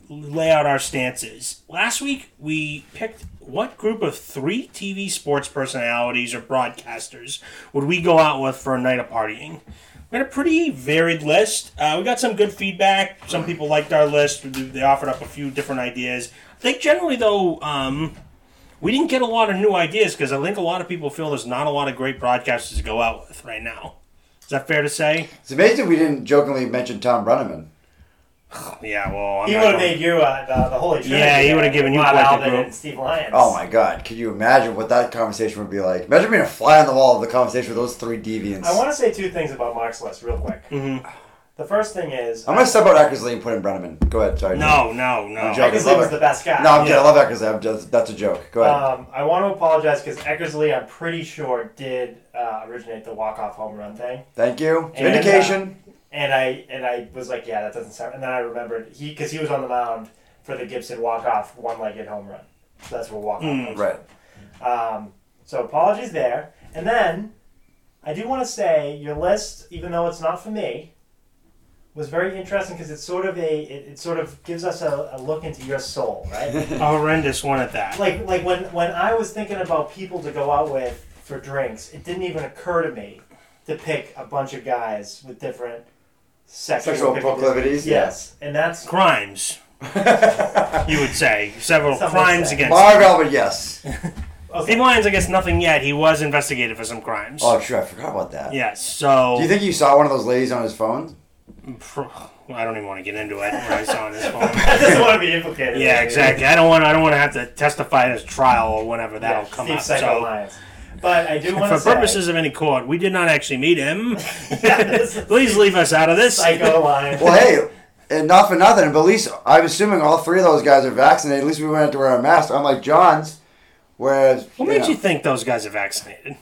S1: lay out our stances. Last week we picked what group of three TV sports personalities or broadcasters would we go out with for a night of partying. We had a pretty varied list. Uh, we got some good feedback. Some people liked our list. They offered up a few different ideas. I think generally, though, um, we didn't get a lot of new ideas because I think a lot of people feel there's not a lot of great broadcasters to go out with right now. Is that fair to say?
S3: It's amazing we didn't jokingly mention Tom Brenneman.
S1: Yeah, well, I'm
S2: He
S1: not
S2: would
S1: going-
S2: have made you uh, the, the Holy Trinity.
S1: Yeah, he
S2: there,
S1: would've given you
S2: Bob
S1: quite the
S2: Alvin
S1: group.
S2: and Steve Lyons.
S3: Oh my God! Could you imagine what that conversation would be like? Imagine being a fly on the wall of the conversation with those three deviants.
S2: I want to say two things about Mark's list real quick.
S1: Mm-hmm.
S2: The first thing is
S3: I'm gonna step out Eckersley and put in Brenneman. Go ahead. Sorry.
S1: No, no, no.
S3: I'm joking.
S2: Eckersley was the best guy.
S3: No, I'm kidding.
S1: Yeah. Uh,
S3: I love Eckersley. I'm just, that's a joke. Go ahead.
S2: Um, I want to apologize because Eckersley, I'm pretty sure, did uh, originate the walk-off home run thing,
S3: Thank you.
S1: uh,
S2: and,
S3: Vindication.
S2: and I and I was like, yeah, that doesn't sound. And then I remembered he because he was on the mound for the Gibson walk-off one-legged home run. So that's where walk-off.
S1: Mm.
S2: comes
S3: right.
S2: from. Um, so apologies there, and then I do want to say your list, even though it's not for me, was very interesting because it's sort of a it, it sort of gives us a, a look into your soul, right?
S1: A horrendous one at that.
S2: like like when when I was thinking about people to go out with for drinks, it didn't even occur to me to pick a bunch of guys with different sexual,
S3: Sexual proclivities,
S2: Yes, and that's
S1: Crimes, you would say. Several
S2: Some would
S1: crimes
S2: say.
S1: against.
S3: Marv Albert, yes.
S1: Steve
S2: okay.
S1: Lyons, I guess, nothing yet. He was investigated for some crimes.
S3: Oh, sure. I forgot about that.
S1: Yes, so.
S3: Do you think you saw one of those ladies on his phone?
S1: I don't even want to get into it. What I saw on his phone.
S2: I just want to be implicated.
S1: Yeah, exactly. I don't want. I don't want to have to testify at his trial or whenever that'll
S2: Yeah,
S1: come
S2: Steve
S1: up.
S2: Psycho
S1: So,
S2: Lyons. But I do want
S1: for
S2: to say
S1: purposes of any court, we did not actually meet him.
S2: this is-
S1: Please leave us out of this.
S2: Psycho Lyons.
S3: Well, hey, and not for nothing, but at least I'm assuming all three of those guys are vaccinated. At least we wouldn't have to wear a mask. Unlike John's, whereas
S1: What
S3: you,
S1: makes
S3: know,
S1: you think those guys are vaccinated?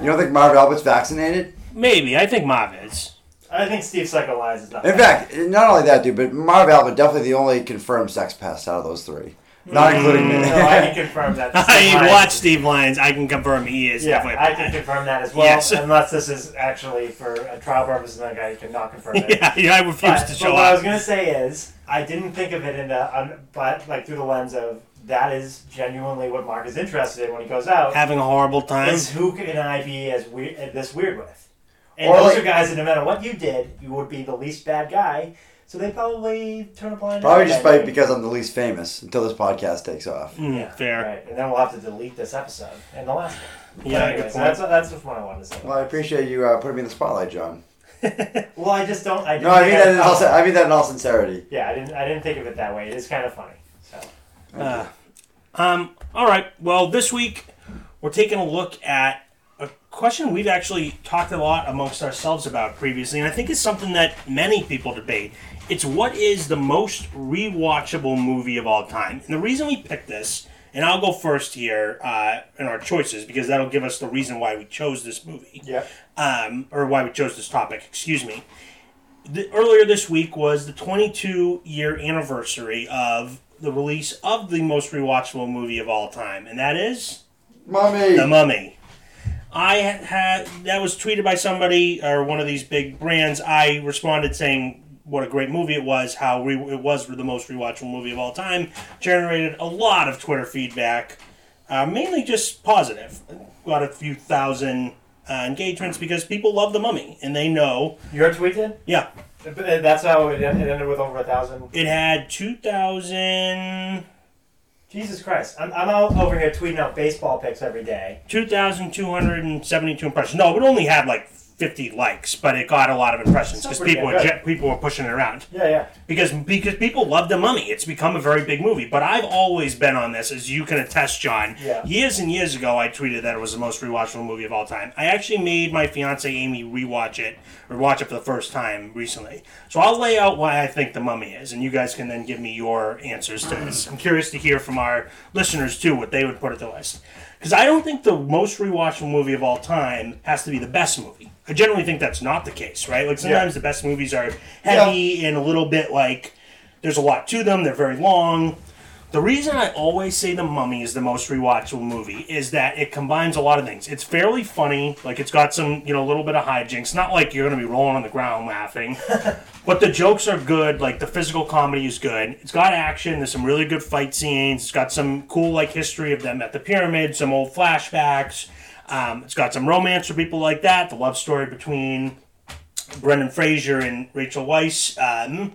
S3: you don't think Marv Albert's vaccinated?
S1: Maybe I think Mav is.
S2: I think Steve Psycho Lyons is not.
S3: In fact, not only that, dude, but Marv Albert definitely the only confirmed sex pest out of those three, not including me.
S2: Mm, no, I can confirm that. Steve
S1: I
S2: Lyons-
S1: Mm. watched Steve Lyons. I can confirm he is
S2: Yeah,
S1: definitely.
S2: I can confirm that as well.
S1: Yes.
S2: Unless this is actually for a trial purposes, and that guy cannot confirm it.
S1: yeah, yeah, I refuse
S2: But,
S1: to
S2: but
S1: show
S2: what I was
S1: up.
S2: gonna say is, I didn't think of it in the, um, but like through the lens of that is genuinely what Mark is interested in when he goes out.
S1: Having a horrible time.
S2: Is who can I be as weird, uh, this weird with? And
S3: Or
S2: those
S3: like-
S2: are guys that no matter what you did, you would be the least bad guy. So they probably turn a blind.
S3: Probably
S2: eye
S3: just
S2: that
S3: by,
S2: day.
S3: because I'm the least famous until this podcast takes off.
S1: Mm,
S2: Yeah,
S1: fair.
S2: Right, and then we'll have to delete this episode and the last one. But
S1: Yeah,
S2: anyway,
S1: good
S2: so
S1: point.
S2: that's that's just what I wanted to say.
S3: Well, I appreciate you uh, putting me in the spotlight, John.
S2: Well, I just don't. I
S3: No, I mean that in
S2: didn't
S3: all, sin- I mean that in all sincerity.
S2: Yeah, I didn't. I didn't think of it that way. It is kind of funny. So
S1: Uh, um, all right. Well, this week we're taking a look at a question we've actually talked a lot amongst ourselves about previously, and I think it's something that many people debate. It's what is the most rewatchable movie of all time? And the reason we picked this, and I'll go first here uh, in our choices because that'll give us the reason why we chose this movie
S2: yeah,
S1: um, or why we chose this topic, excuse me. The, earlier this week was the 22 year anniversary of the release of the most rewatchable movie of all time, and that is
S3: Mommy.
S1: The Mummy. I had, had that was tweeted by somebody or one of these big brands. I responded saying what a great movie it was, how re- it was the most rewatchable movie of all time. Generated a lot of Twitter feedback, uh, mainly just positive. Got a few thousand uh, engagements because people love The Mummy and they know.
S2: your tweet did.
S1: Yeah,
S2: But uh, That's how it, it ended with over a thousand.
S1: it had two thousand.
S2: Jesus Christ! I'm, I'm out over here tweeting out baseball picks every day.
S1: 2,272 impressions. No, it only had like 50 likes, but it got a lot of impressions
S2: Still
S1: because
S2: pretty
S1: people were,
S2: good.
S1: je- people were pushing it around
S2: Yeah, yeah.
S1: because because people love the mummy. It's become a very big movie. But I've always been on this, as you can attest, John.
S2: Yeah.
S1: Years and years ago, I tweeted that it was the most rewatchable movie of all time. I actually made my fiance Amy rewatch it or watch it for the first time recently. So I'll lay out why I think the mummy is, and you guys can then give me your answers to this. I'm curious to hear from our listeners too what they would put at the list. Because I don't think the most rewatchable movie of all time has to be the best movie. I generally think that's not the case, right? Like sometimes the best movies are heavy and a little bit like there's a lot to them. They're very long. The reason I always say The Mummy is the most rewatchable movie is that it combines a lot of things. It's fairly funny, like it's got some, you know, a little bit of hijinks. Not like you're going to be rolling on the ground laughing, but the jokes are good. Like the physical comedy is good. It's got action. There's some really good fight scenes. It's got some cool, like, history of them at the pyramid, some old flashbacks. Um, it's got some romance for people like that. The love story between Brendan Fraser and Rachel Weisz, um,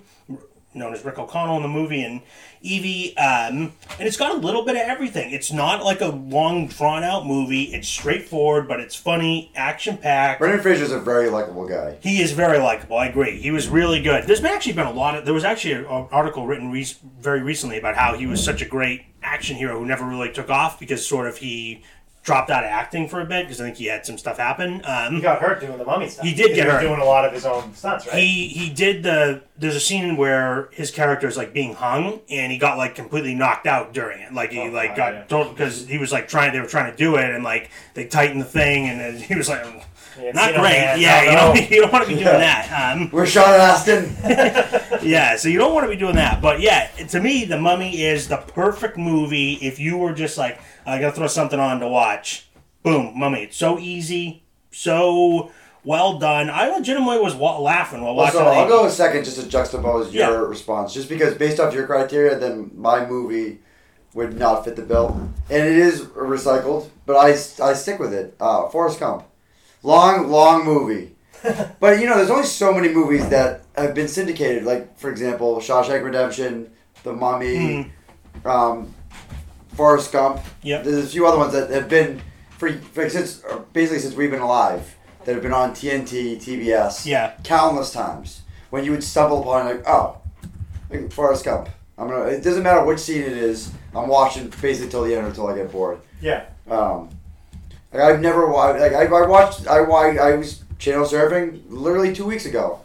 S1: known as Rick O'Connell in the movie, and Evie. Um, and it's got a little bit of everything. It's not like a long, drawn out movie. It's straightforward, but it's funny, action packed.
S3: Brendan Fraser's a very likable guy.
S1: He is very likable. I agree. He was really good. There's been actually been a lot of. There was actually an article written re- very recently about how he was such a great action hero who never really took off because sort of he dropped out of acting for a bit because I think he had some stuff happen. Um,
S2: He got hurt doing the mummy stuff.
S1: He did get
S2: was
S1: hurt.
S2: doing a lot of his own stunts, right?
S1: he he did the there's a scene where his character is like being hung and he got like completely knocked out during it like he
S2: Oh,
S1: like
S2: God, yeah.
S1: got told because he was like trying they were trying to do it and like they tightened the thing and then he was like
S2: Yeah,
S1: not
S2: Encino
S1: great
S2: Man,
S1: yeah
S2: no,
S1: you
S2: no.
S1: don't you don't want to be doing that um
S3: We're Sean Astin.
S1: yeah, so you don't want to be doing that. But yeah, to me, The Mummy is the perfect movie if you were just like, I gotta throw something on to watch. Boom, Mummy. It's so easy, so well done. I legitimately was wa- laughing while watching
S3: Also, I'll
S1: it.
S3: go a second just to juxtapose
S1: Yeah.
S3: your response, just because based off your criteria, then my movie would not fit the bill, and it is recycled. But I, I stick with it. Uh, Forrest Gump, long long movie, but you know there's only so many movies that have been syndicated. Like for example, Shawshank Redemption, The Mummy, um, Forrest Gump.
S1: Yep.
S3: There's a few other ones that have been for, for since or basically since we've been alive that have been on TNT, TBS
S1: Yeah.
S3: countless times when you would stumble upon like, oh, like Forrest Gump. I'm gonna. It doesn't matter which scene it is. I'm watching basically till the end until I get bored.
S2: yeah,
S3: Um, like I've never watched. Like I, I watched. I, I I was channel surfing literally two weeks ago,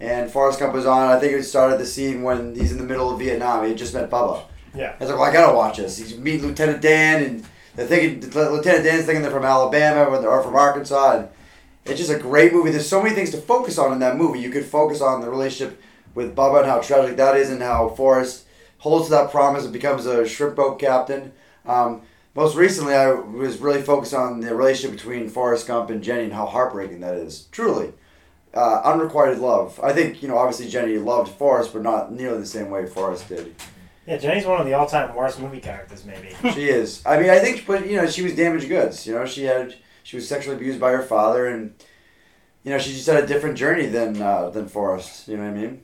S3: and Forrest Gump was on. I think it started the scene when he's in the middle of Vietnam. He just met Bubba.
S2: yeah.
S3: I was like, well, I gotta watch this. He's meeting Lieutenant Dan, and they're thinking Lieutenant Dan's thinking they're from Alabama or they're from Arkansas. And it's just a great movie. There's so many things to focus on in that movie. You could focus on the relationship with Bubba and how tragic that is, and how Forrest holds to that promise and becomes a shrimp boat captain. Um, most recently, I was really focused on the relationship between Forrest Gump and Jenny and how heartbreaking that is. Truly. Uh, unrequited love. I think, you know, obviously Jenny loved Forrest, but not nearly the same way Forrest did.
S2: Yeah, Jenny's one of the all-time worst movie characters, maybe.
S3: She is. I mean, I think, but you know, she was damaged goods. You know, she had she was sexually abused by her father, and you know, she just had a different journey than uh, than Forrest. You know what I mean?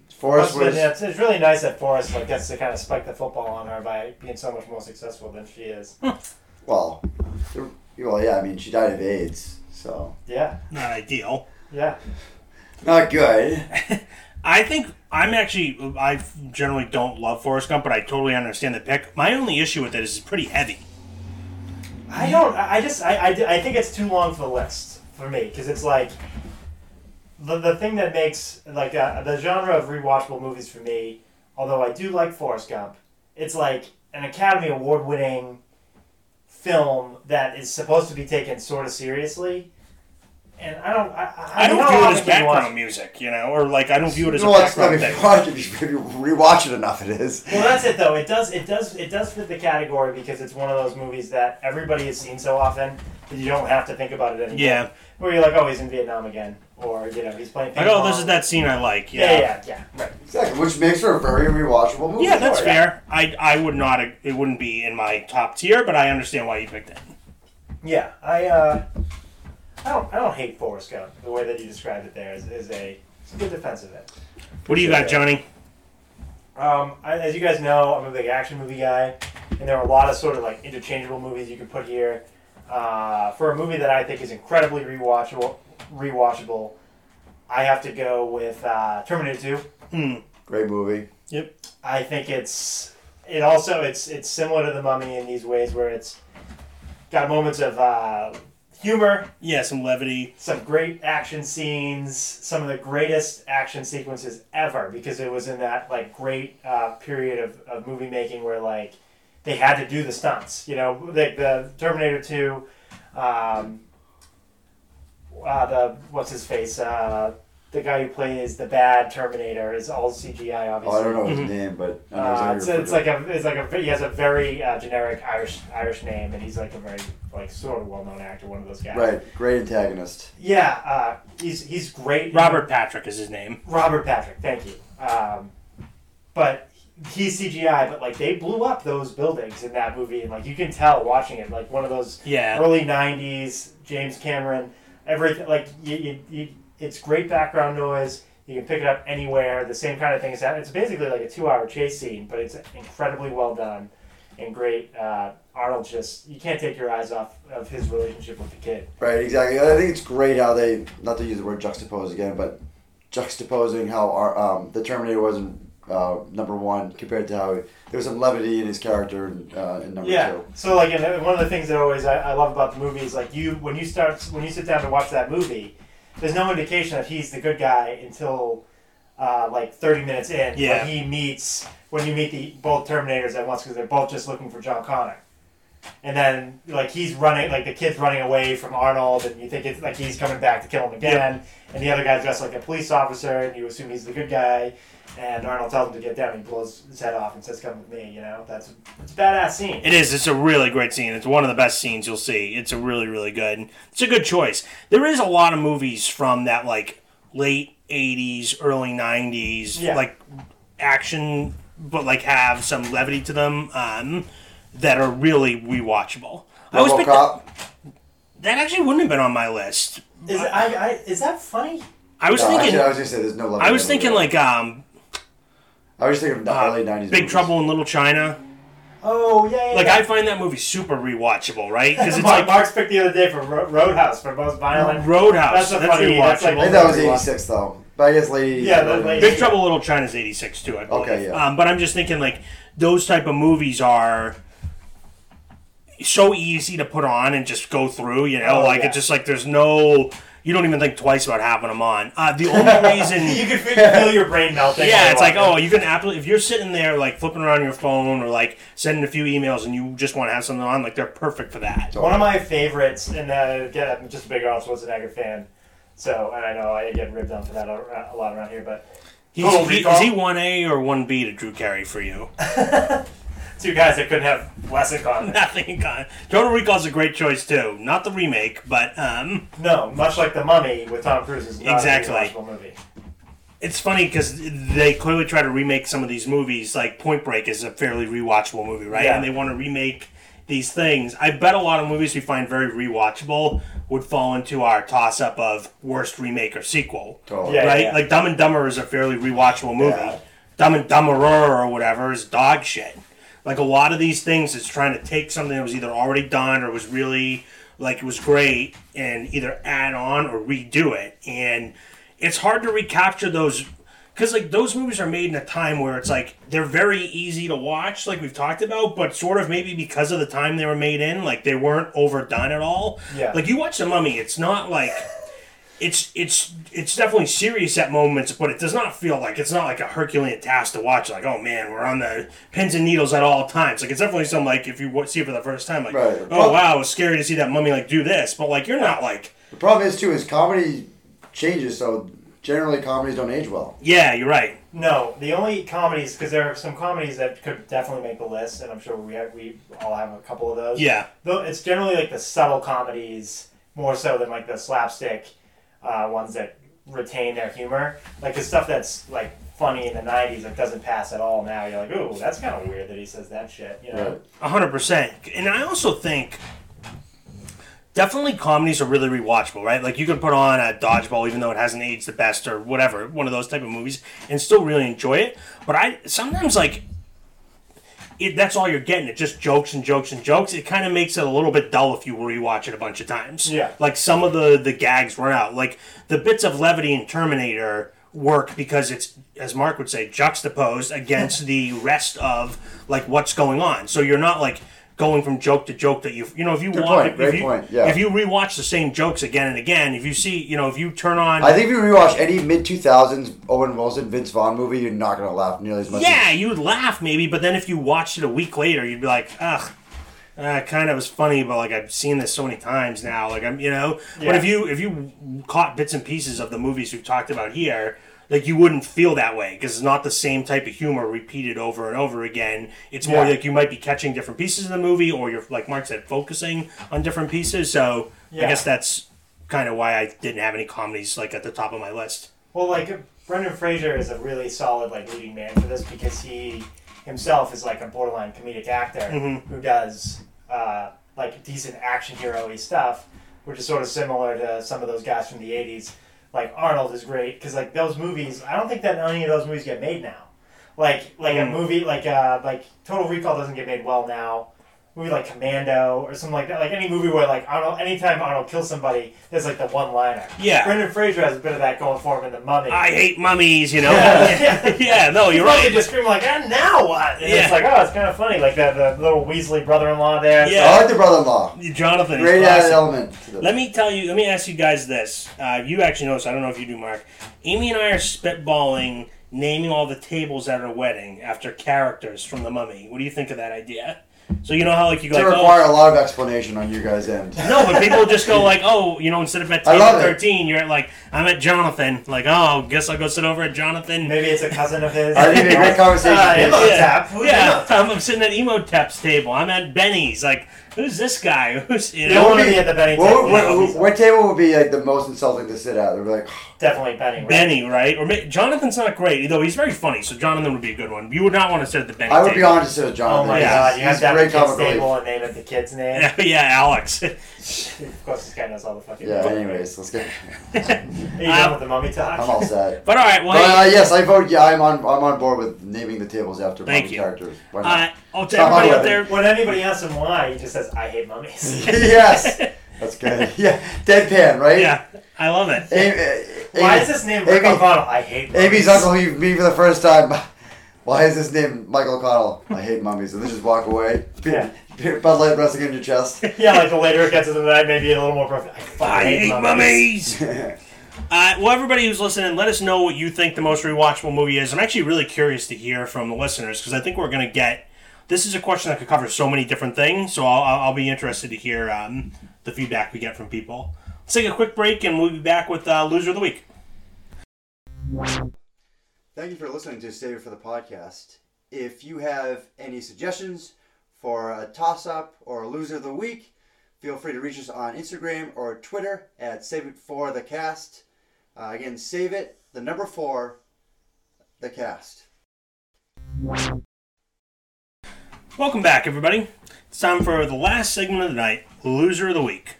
S2: Must
S3: Forrest
S2: have
S3: was.
S2: been- yeah, it's, it's really nice that Forrest like gets to kind of spike the football on her by being so much more successful than she is.
S3: Well, there- well, yeah. I mean, she died of AIDS, so
S2: Yeah,
S1: Not ideal.
S2: yeah.
S3: Not good.
S1: I think I'm actually I generally don't love Forrest Gump, but I totally understand the pick. My only issue with it is it's pretty heavy.
S2: I don't. I I just. I, I, I think it's too long for the list for me because it's like the, the thing that makes like uh, the genre of rewatchable movies for me. Although I do like Forrest Gump, it's like an Academy Award winning film that is supposed to be taken sort of seriously. And I don't. I, I,
S1: I don't
S2: know
S1: view
S2: how
S1: it as
S2: often you watch-
S1: background music, you know, or like I don't view it as a
S3: No, it's not
S1: background
S3: if
S1: thing.
S3: you watch it. If you rewatch it enough, it is.
S2: Well, that's it though. It does. It does. It does fit the category because it's one of those movies that everybody has seen so often that you don't have to think about it anymore.
S1: Yeah,
S2: Where you're like, oh, he's in Vietnam again, or you know, he's playing.
S1: like
S2: ping
S1: oh, this
S2: pong.
S1: is that scene I like.
S2: Yeah, yeah, yeah. Right.
S3: Exactly, which makes for a very rewatchable movie.
S1: Yeah, that's
S3: Sure.
S1: fair. I I would not. It wouldn't be in my top tier, but I understand why you picked it.
S2: Yeah. I. Uh, I don't. I don't hate Forrest Gump. The way that you described it there is, is a. It's a good defense of it.
S1: What do you got, Johnny?
S2: Um, I, as you guys know, I'm a big action movie guy, and there are a lot of sort of like interchangeable movies you could put here. Uh, for a movie that I think is incredibly rewatchable, rewatchable, I have to go with uh, Terminator Two.
S1: Hmm.
S3: Great movie.
S2: I think it's it also it's it's similar to The Mummy in these ways where it's got moments of uh, humor,
S1: Yeah, some levity.
S2: some great action scenes, some of the greatest action sequences ever because it was in that like great uh, period of, of movie making where like they had to do the stunts. You know, like the Terminator Two, um, uh, the what's his face, uh, the guy who plays the bad Terminator is all CGI, obviously.
S3: Oh, I don't know his
S1: Mm-hmm.
S3: name, but I know
S2: Uh,
S3: exactly
S2: it's,
S3: what
S2: it's like a it's like a he has a very uh, generic Irish Irish name and he's like a very like sort of well known actor one of those guys
S3: right, great antagonist.
S2: yeah, uh, he's he's great.
S1: Robert Patrick is his name.
S2: Robert Patrick, thank you. Um, but he's CGI, but like they blew up those buildings in that movie, and like you can tell watching it, like one of those
S1: Yeah,
S2: early '90s James Cameron, everything. Like you, you, you, it's great background noise. You can pick it up anywhere. The same kind of thing is that. It's basically like a two-hour chase scene, but it's incredibly well done and great. Uh, Arnold just you can't take your eyes off of his relationship with the kid.
S3: Right, exactly. I think it's great how they not to use the word juxtapose again, but juxtaposing how our um, the Terminator wasn't uh, number one compared to how there was some levity in his character in, uh, in number
S2: yeah.
S3: two.
S2: So like, and one of the things that always I, I love about the movie is like you when you start when you sit down to watch that movie, there's no indication that he's the good guy until uh, like 30 minutes in.
S1: Yeah.
S2: When he meets when you meet the both Terminators at once because they're both just looking for John Connor. And then, like he's running, like the kid's running away from Arnold, and you think it's like he's coming back to kill him again. And the other guy's dressed like a police officer, and you assume he's the good guy. And Arnold tells him to get down. He blows his head off and says, "Come with me." You know, that's it's a badass scene.
S1: it is. It's a really great scene. It's one of the best scenes you'll see. It's a really really good. It's a good choice. There is a lot of movies from that like late '80s, early '90s,
S2: Yeah.
S1: like action, but like have some levity to them um, that are really rewatchable. I always pick that,
S3: RoboCop.
S1: that actually wouldn't have been on my list.
S2: Is it, I, I, is that funny?
S1: I was
S3: No,
S1: thinking.
S3: actually, I was gonna say there's no levity.
S1: I was
S3: in
S1: thinking
S3: that.
S1: like um,
S3: I was thinking of the
S1: uh,
S3: early '90s.
S1: Big
S3: movies.
S1: Trouble in Little China.
S2: Oh yeah, yeah.
S1: Like
S2: yeah.
S1: I find that movie super rewatchable, right? Because it's
S2: Mark,
S1: like
S2: Mark's picked the other day for Ro- Roadhouse for most violent.
S1: Roadhouse.
S2: That's a
S1: That's,
S2: funny- that's like-
S3: I
S1: rewatchable.
S3: think that was '86 though, but I guess late '80s.
S2: Yeah,
S3: early
S2: the late-
S3: 90s.
S1: Big Trouble in Little China is '86 too, I believe.
S3: Okay, yeah.
S1: Um, but I'm just thinking like those type of movies are so easy to put on and just go through. You know,
S2: Oh,
S1: like
S2: yeah.
S1: it's just like there's no. You don't even think twice about having them on. Uh, the only reason
S2: you can feel, feel your brain melting.
S1: Yeah, it's like, oh,
S2: while
S1: you can absolutely, if you're sitting there, like, flipping around your phone or, like, sending a few emails and you just want to have something on, like, they're perfect for that.
S2: One of my favorites, and uh, again, I'm just a big Arnold Schwarzenegger fan, so and I know I get ribbed on for that a, a lot around here, but
S1: He's,
S2: Total
S1: he,
S2: Recall.
S1: is he 1A or 1B to Drew Carey for you?
S2: two guys that couldn't have less in common.
S1: Nothing in common. Total Recall's a great choice, too. Not the remake, but um,
S2: No, much like The Mummy with Tom Cruise is not
S1: Exactly.
S2: a rewatchable movie.
S1: it's funny because they clearly try to remake some of these movies. Like, Point Break is a fairly rewatchable movie, right?
S2: Yeah.
S1: And they want to remake these things. I bet a lot of movies we find very rewatchable would fall into our toss up of worst remake or sequel.
S3: Totally.
S2: Yeah.
S1: right? Like Dumb and Dumber is a fairly rewatchable movie.
S3: Yeah.
S1: Dumb and Dumberer or whatever is dog shit. Like a lot of these things is trying to take something that was either already done or was really like it was great and either add on or redo it. And it's hard to recapture those because like those movies are made in a time where it's like they're very easy to watch like we've talked about but sort of maybe because of the time they were made in like they weren't overdone at all
S2: Yeah.
S1: like you watch the mummy it's not like it's it's it's definitely serious at moments but it does not feel like it's not like a herculean task to watch like oh man we're on the pins and needles at all times like it's definitely some like if you wa- see it for the first time like
S3: Right.
S1: oh wow it was scary to see that mummy like do this but like you're not like
S3: The problem is too is comedy changes, so generally comedies don't age well.
S1: yeah you're right
S2: No, the only comedies because there are some comedies that could definitely make the list, and I'm sure we have, we all have a couple of those.
S1: yeah
S2: Though it's generally like the subtle comedies more so than like the slapstick uh, ones that retain their humor. Like the stuff that's like funny in the '90s that doesn't pass at all now. You're like, ooh, that's kind of weird that he says that shit. You know?
S3: Right.
S1: A hundred percent. And I also think definitely comedies are really rewatchable, right? Like you can put on a dodgeball even though it hasn't aged the best or whatever, one of those type of movies, and still really enjoy it. But I sometimes like it, that's all you're getting. It just jokes and jokes and jokes. It kind of makes it a little bit dull if you rewatch it a bunch of times.
S2: Yeah.
S1: Like some of the the gags run out. Like the bits of levity in Terminator work because it's as Mark would say juxtaposed against the rest of like what's going on. So you're not like going from joke to joke that you you know if you
S3: Good
S1: want
S3: point,
S1: if
S3: great
S1: you,
S3: point, yeah.
S1: if you rewatch the same jokes again and again if you see you know if you turn on
S3: I think if you rewatch any mid two thousands Owen Wilson Vince Vaughn movie, you're not gonna laugh nearly as much.
S1: Yeah, you would laugh maybe, but then if you watched it a week later, you'd be like, ugh. Uh, kind of was funny, but like I've seen this so many times now. Like I'm, you know.
S2: Yeah.
S1: But if you if you caught bits and pieces of the movies we've talked about here, like you wouldn't feel that way because it's not the same type of humor repeated over and over again. It's more
S2: Yeah.
S1: like you might be catching different pieces of the movie, or you're like Mark said, focusing on different pieces. So
S2: Yeah.
S1: I guess that's kind of why I didn't have any comedies like at the top of my list.
S2: Well, like Brendan Fraser is a really solid like leading man for this because he himself is like a borderline comedic actor
S1: Mhm.
S2: who does uh, like decent action hero-y stuff, which is sort of similar to some of those guys from the '80s. Like Arnold is great because like those movies, I don't think that any of those movies get made now. Like like a
S1: Mm.
S2: movie like uh, like Total Recall doesn't get made well now. Movie like Commando or something like that, like any movie where like Arnold, anytime Arnold kills somebody, there's like the one liner.
S1: Yeah.
S2: Brendan Fraser has a bit of that going for him in the Mummy.
S1: I hate mummies, you know.
S2: Yeah.
S1: Yeah, no,
S2: He's
S1: you're
S2: probably
S1: right.
S2: Just scream like, and now what? And it's
S1: Yeah.
S2: like, oh, it's kind of funny, like the, the little Weasley brother-in-law there.
S1: Yeah.
S3: I like the brother in law.
S1: Jonathan. is
S3: Great added
S1: classic.
S3: element. To the,
S1: Let me tell you. Let me ask you guys this. Uh, you actually know this. I don't know if you do, Mark. Amy and I are spitballing naming all the tables at our wedding after characters from The Mummy. What do you think of that idea? So you know how like you go
S3: to
S2: oh.
S1: like,
S3: require a lot of explanation on you guys' end.
S1: oh no, but people just go like oh you know instead of at
S3: I
S1: table
S3: love it.
S1: thirteen you're at like I'm at Jonathan like oh guess I'll go sit over at Jonathan.
S2: Maybe it's a cousin of his.
S3: I think it'd be a great conversation.
S2: Uh, it looks-
S1: yeah.
S2: Tap, who
S1: yeah,
S2: knows?
S1: I'm, I'm sitting at Emo Tap's table. I'm at Benny's. Like, who's this guy? Who's you know?
S2: You don't want to be at the Benny
S3: What,
S2: table.
S3: would- what, who- what table would be like the most insulting to sit at? They'd be like,
S2: Definitely Benny. Right?
S1: Benny, right? Or ma- Jonathan's not great, though he's very funny, so Jonathan would be a good one. You would not want to sit at the Benny.
S3: I would be
S1: table.
S3: honest with Jonathan.
S2: Oh my
S1: Yeah.
S2: god,
S3: He's-
S2: you have
S3: he's
S2: to have
S3: great
S2: the kid's
S3: comic relief.
S2: table and name it the kid's name.
S1: Yeah, yeah, Alex.
S2: Of course, this guy knows all the fucking.
S3: Yeah. Anyways, let's get.
S2: Are
S1: but
S2: you done with the mummy talk?
S3: I'm all sad.
S1: all right,
S3: But
S1: well,
S3: uh,
S1: hey,
S3: yes, I vote. Yeah, I'm on. I'm on board with naming the tables after
S1: Thank
S3: Bobby
S1: you.
S3: characters. Why not?
S1: uh, oh, to
S3: Stop my
S1: everybody out
S3: weapon.
S1: there,
S2: When anybody asks him why, he just says, "I hate mummies."
S3: yes, that's good. Yeah, deadpan, right?
S1: yeah, I love it.
S3: Amy, uh,
S2: why
S3: Amy-
S2: is this name
S3: Amy-
S2: Rick O'Connell? I hate mummies.
S3: Amy's uncle he me for the first time. Why is this named Michael O'Connell? I hate mummies. And they just walk away.
S2: Yeah.
S3: Beer- Bud Light wrestling in your chest.
S2: Yeah, like the later it gets into the night, maybe a little more perfect. I, fucking
S1: I hate mummies. Uh, well, everybody who's listening, let us know what you think the most rewatchable movie is. I'm actually really curious to hear from the listeners because I think we're going to get. This is a question that could cover so many different things, so I'll, I'll I'll be interested to hear um, the feedback we get from people. Let's take a quick break and we'll be back with uh, Loser of the Week.
S3: Thank you for listening to Save It for the Podcast. If you have any suggestions for a toss up or a loser of the week, feel free to reach us on Instagram or Twitter at Save It for the Cast. Uh, again, save it, the number four, the cast.
S1: Welcome back, everybody. It's time for the last segment of the night, Loser of the Week.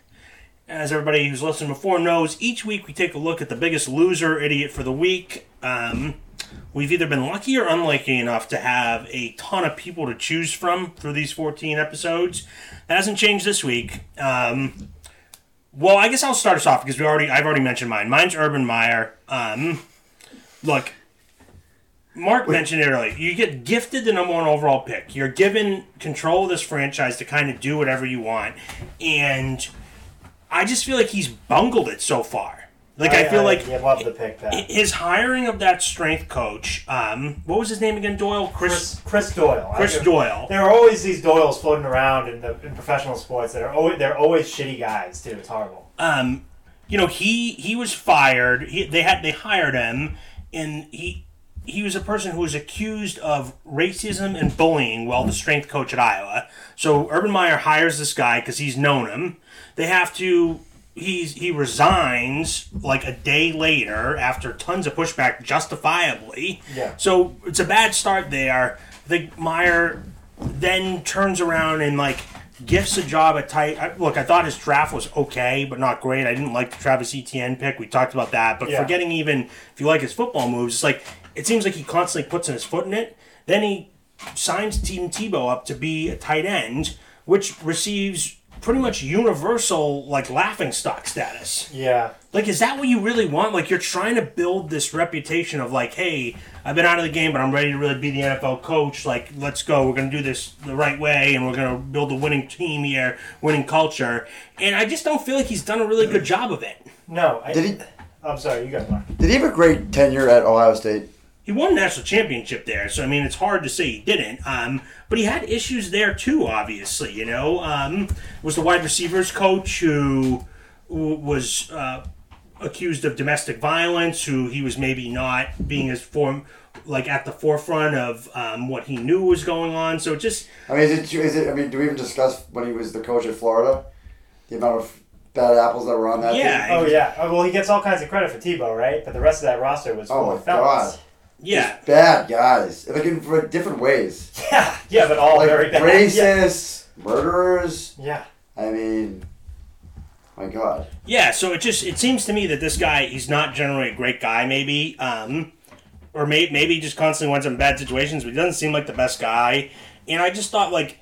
S1: As everybody who's listened before knows, each week we take a look at the biggest loser idiot for the week. Um, we've either been lucky or unlucky enough to have a ton of people to choose from through these 14 episodes. That hasn't changed this week. Um, Well, I guess I'll start us off because we already I've already mentioned mine. Mine's Urban Meyer. Um, look, Mark mentioned it earlier. You get gifted the number one overall pick. You're given control of this franchise to kind of do whatever you want, and I just feel like he's bungled it so far. Like I, feel like
S2: you love the pick that
S1: his hiring of that strength coach. Um, what was his name again? Doyle. Chris.
S2: Chris, Chris Doyle. I
S1: Chris
S2: do-
S1: Doyle.
S2: There are always these Doyles floating around in the in professional sports that are always they're always shitty guys too. It's horrible.
S1: um, you know he he was fired. He, they had they hired him, and he he was a person who was accused of racism and bullying while the strength coach at Iowa. So Urban Meyer hires this guy because he's known him. They have to. He's he resigns like a day later after tons of pushback, justifiably.
S2: Yeah.
S1: So it's a bad start there. I think Meyer then turns around and like gifts a job at tight. I, look, I thought his draft was okay, but not great. I didn't like the Travis Etienne pick. We talked about that, but
S2: Yeah.
S1: forgetting even if you like his football moves, it's like it seems like he constantly puts in his foot in it. Then he signs Team Tebow up to be a tight end, which receives pretty much universal like laughing stock status.
S2: Yeah.
S1: Like, is that what you really want? Like, you're trying to build this reputation of like, hey, I've been out of the game, but I'm ready to really be the NFL coach. Like, let's go. We're gonna do this the right way, and we're gonna build a winning team here, winning culture. And I just don't feel like he's done a really good job of it.
S2: No. I,
S3: Did he?
S2: I'm sorry. You got Mark.
S3: Did he have a great tenure at Ohio State?
S1: He won a national championship there, so I mean, it's hard to say he didn't. Um, but he had issues there too, obviously. You know, um, was the wide receivers coach who w- was. Uh, accused of domestic violence, who he was maybe not being as form like at the forefront of um, what he knew was going on. So just
S3: I mean, is it? Is it? I mean, do we even discuss when he was the coach at Florida? The amount of bad apples that were on that.
S1: Yeah.
S3: team?
S2: Oh yeah. Oh, well, he gets all kinds of credit for Tebow, right? But the rest of that roster was
S3: Oh
S2: full
S3: my
S2: of fellas.
S3: god.
S1: yeah,
S3: Bad guys, like in for different ways,
S2: Yeah. Yeah, but all
S3: like
S2: very bad. Yeah.
S3: racists, murderers.
S2: yeah.
S3: I mean, my god.
S1: yeah. So it just it seems to me that this guy he's not generally a great guy, maybe, um, or may, maybe he just constantly went in bad situations. But he doesn't seem like the best guy. And I just thought like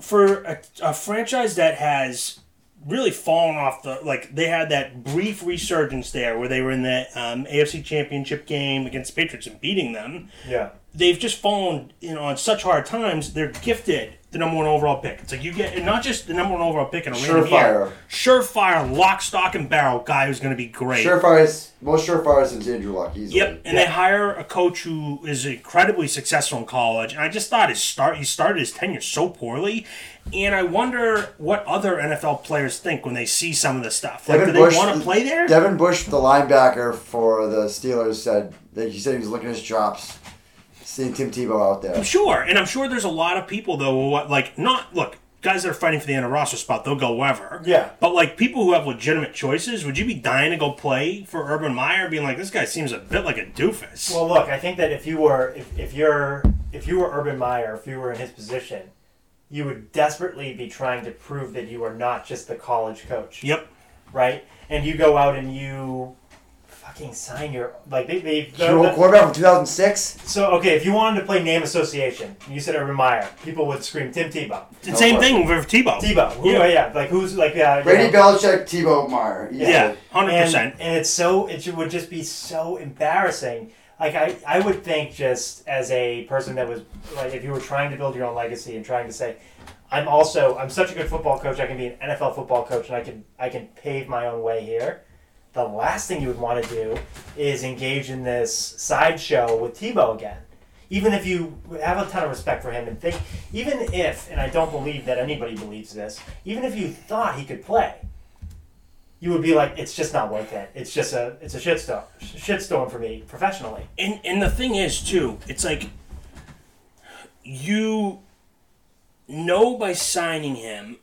S1: for a, a franchise that has really fallen off the like they had that brief resurgence there where they were in the um, AFC Championship game against the Patriots and beating them.
S2: Yeah.
S1: they've just fallen you know on such hard times. They're gifted the number one overall pick. It's like you get and not just the number one overall pick in a random
S3: Surefire.
S1: year, surefire, lock, stock, and barrel guy who's going to be great.
S3: Surefire is most surefire since Andrew Luck. Easily.
S1: Yep, and they hire a coach who is incredibly successful in college. And I just thought his start he started his tenure so poorly, and I wonder what other NFL players think when they see some of this stuff. Like, do they want to play there?
S3: Devin Bush, the linebacker for the Steelers, said that he said he was looking at his drops, seeing Tim Tebow out there.
S1: Sure, and I'm sure there's a lot of people though. who, Like, not look guys that are fighting for the end of roster spot. They'll go wherever.
S2: Yeah.
S1: But like people who have legitimate choices, would you be dying to go play for Urban Meyer, being like, this guy seems a bit like a doofus?
S2: Well, look, I think that if you were if, if you're if you were Urban Meyer, if you were in his position, you would desperately be trying to prove that you are not just the college coach,
S1: yep.
S2: right? And you go out and you fucking sign your like they they the-
S3: Super Bowl
S2: the-
S3: quarterback from 2006.
S2: so okay if you wanted to play name association, and you said Urban Meyer, people would scream Tim Tebow,
S1: And same thing with Tebow.
S2: Tebow, who,
S1: Yeah.
S2: yeah. yeah, like who's like yeah, you
S3: Brady
S2: know.
S3: Belichick, Tebow Meyer. easily.
S1: Yeah, hundred
S2: and,
S1: percent.
S2: and it's so it would just be so embarrassing like I, I would think just as a person that was like if you were trying to build your own legacy and trying to say i'm also i'm such a good football coach i can be an nfl football coach and i can i can pave my own way here the last thing you would want to do is engage in this sideshow with tebow again even if you have a ton of respect for him and think even if and i don't believe that anybody believes this even if you thought he could play you would be like, it's just not worth it. It's just a, it's a shitstorm, shitstorm for me professionally.
S1: And and the thing is too, it's like you know by signing him,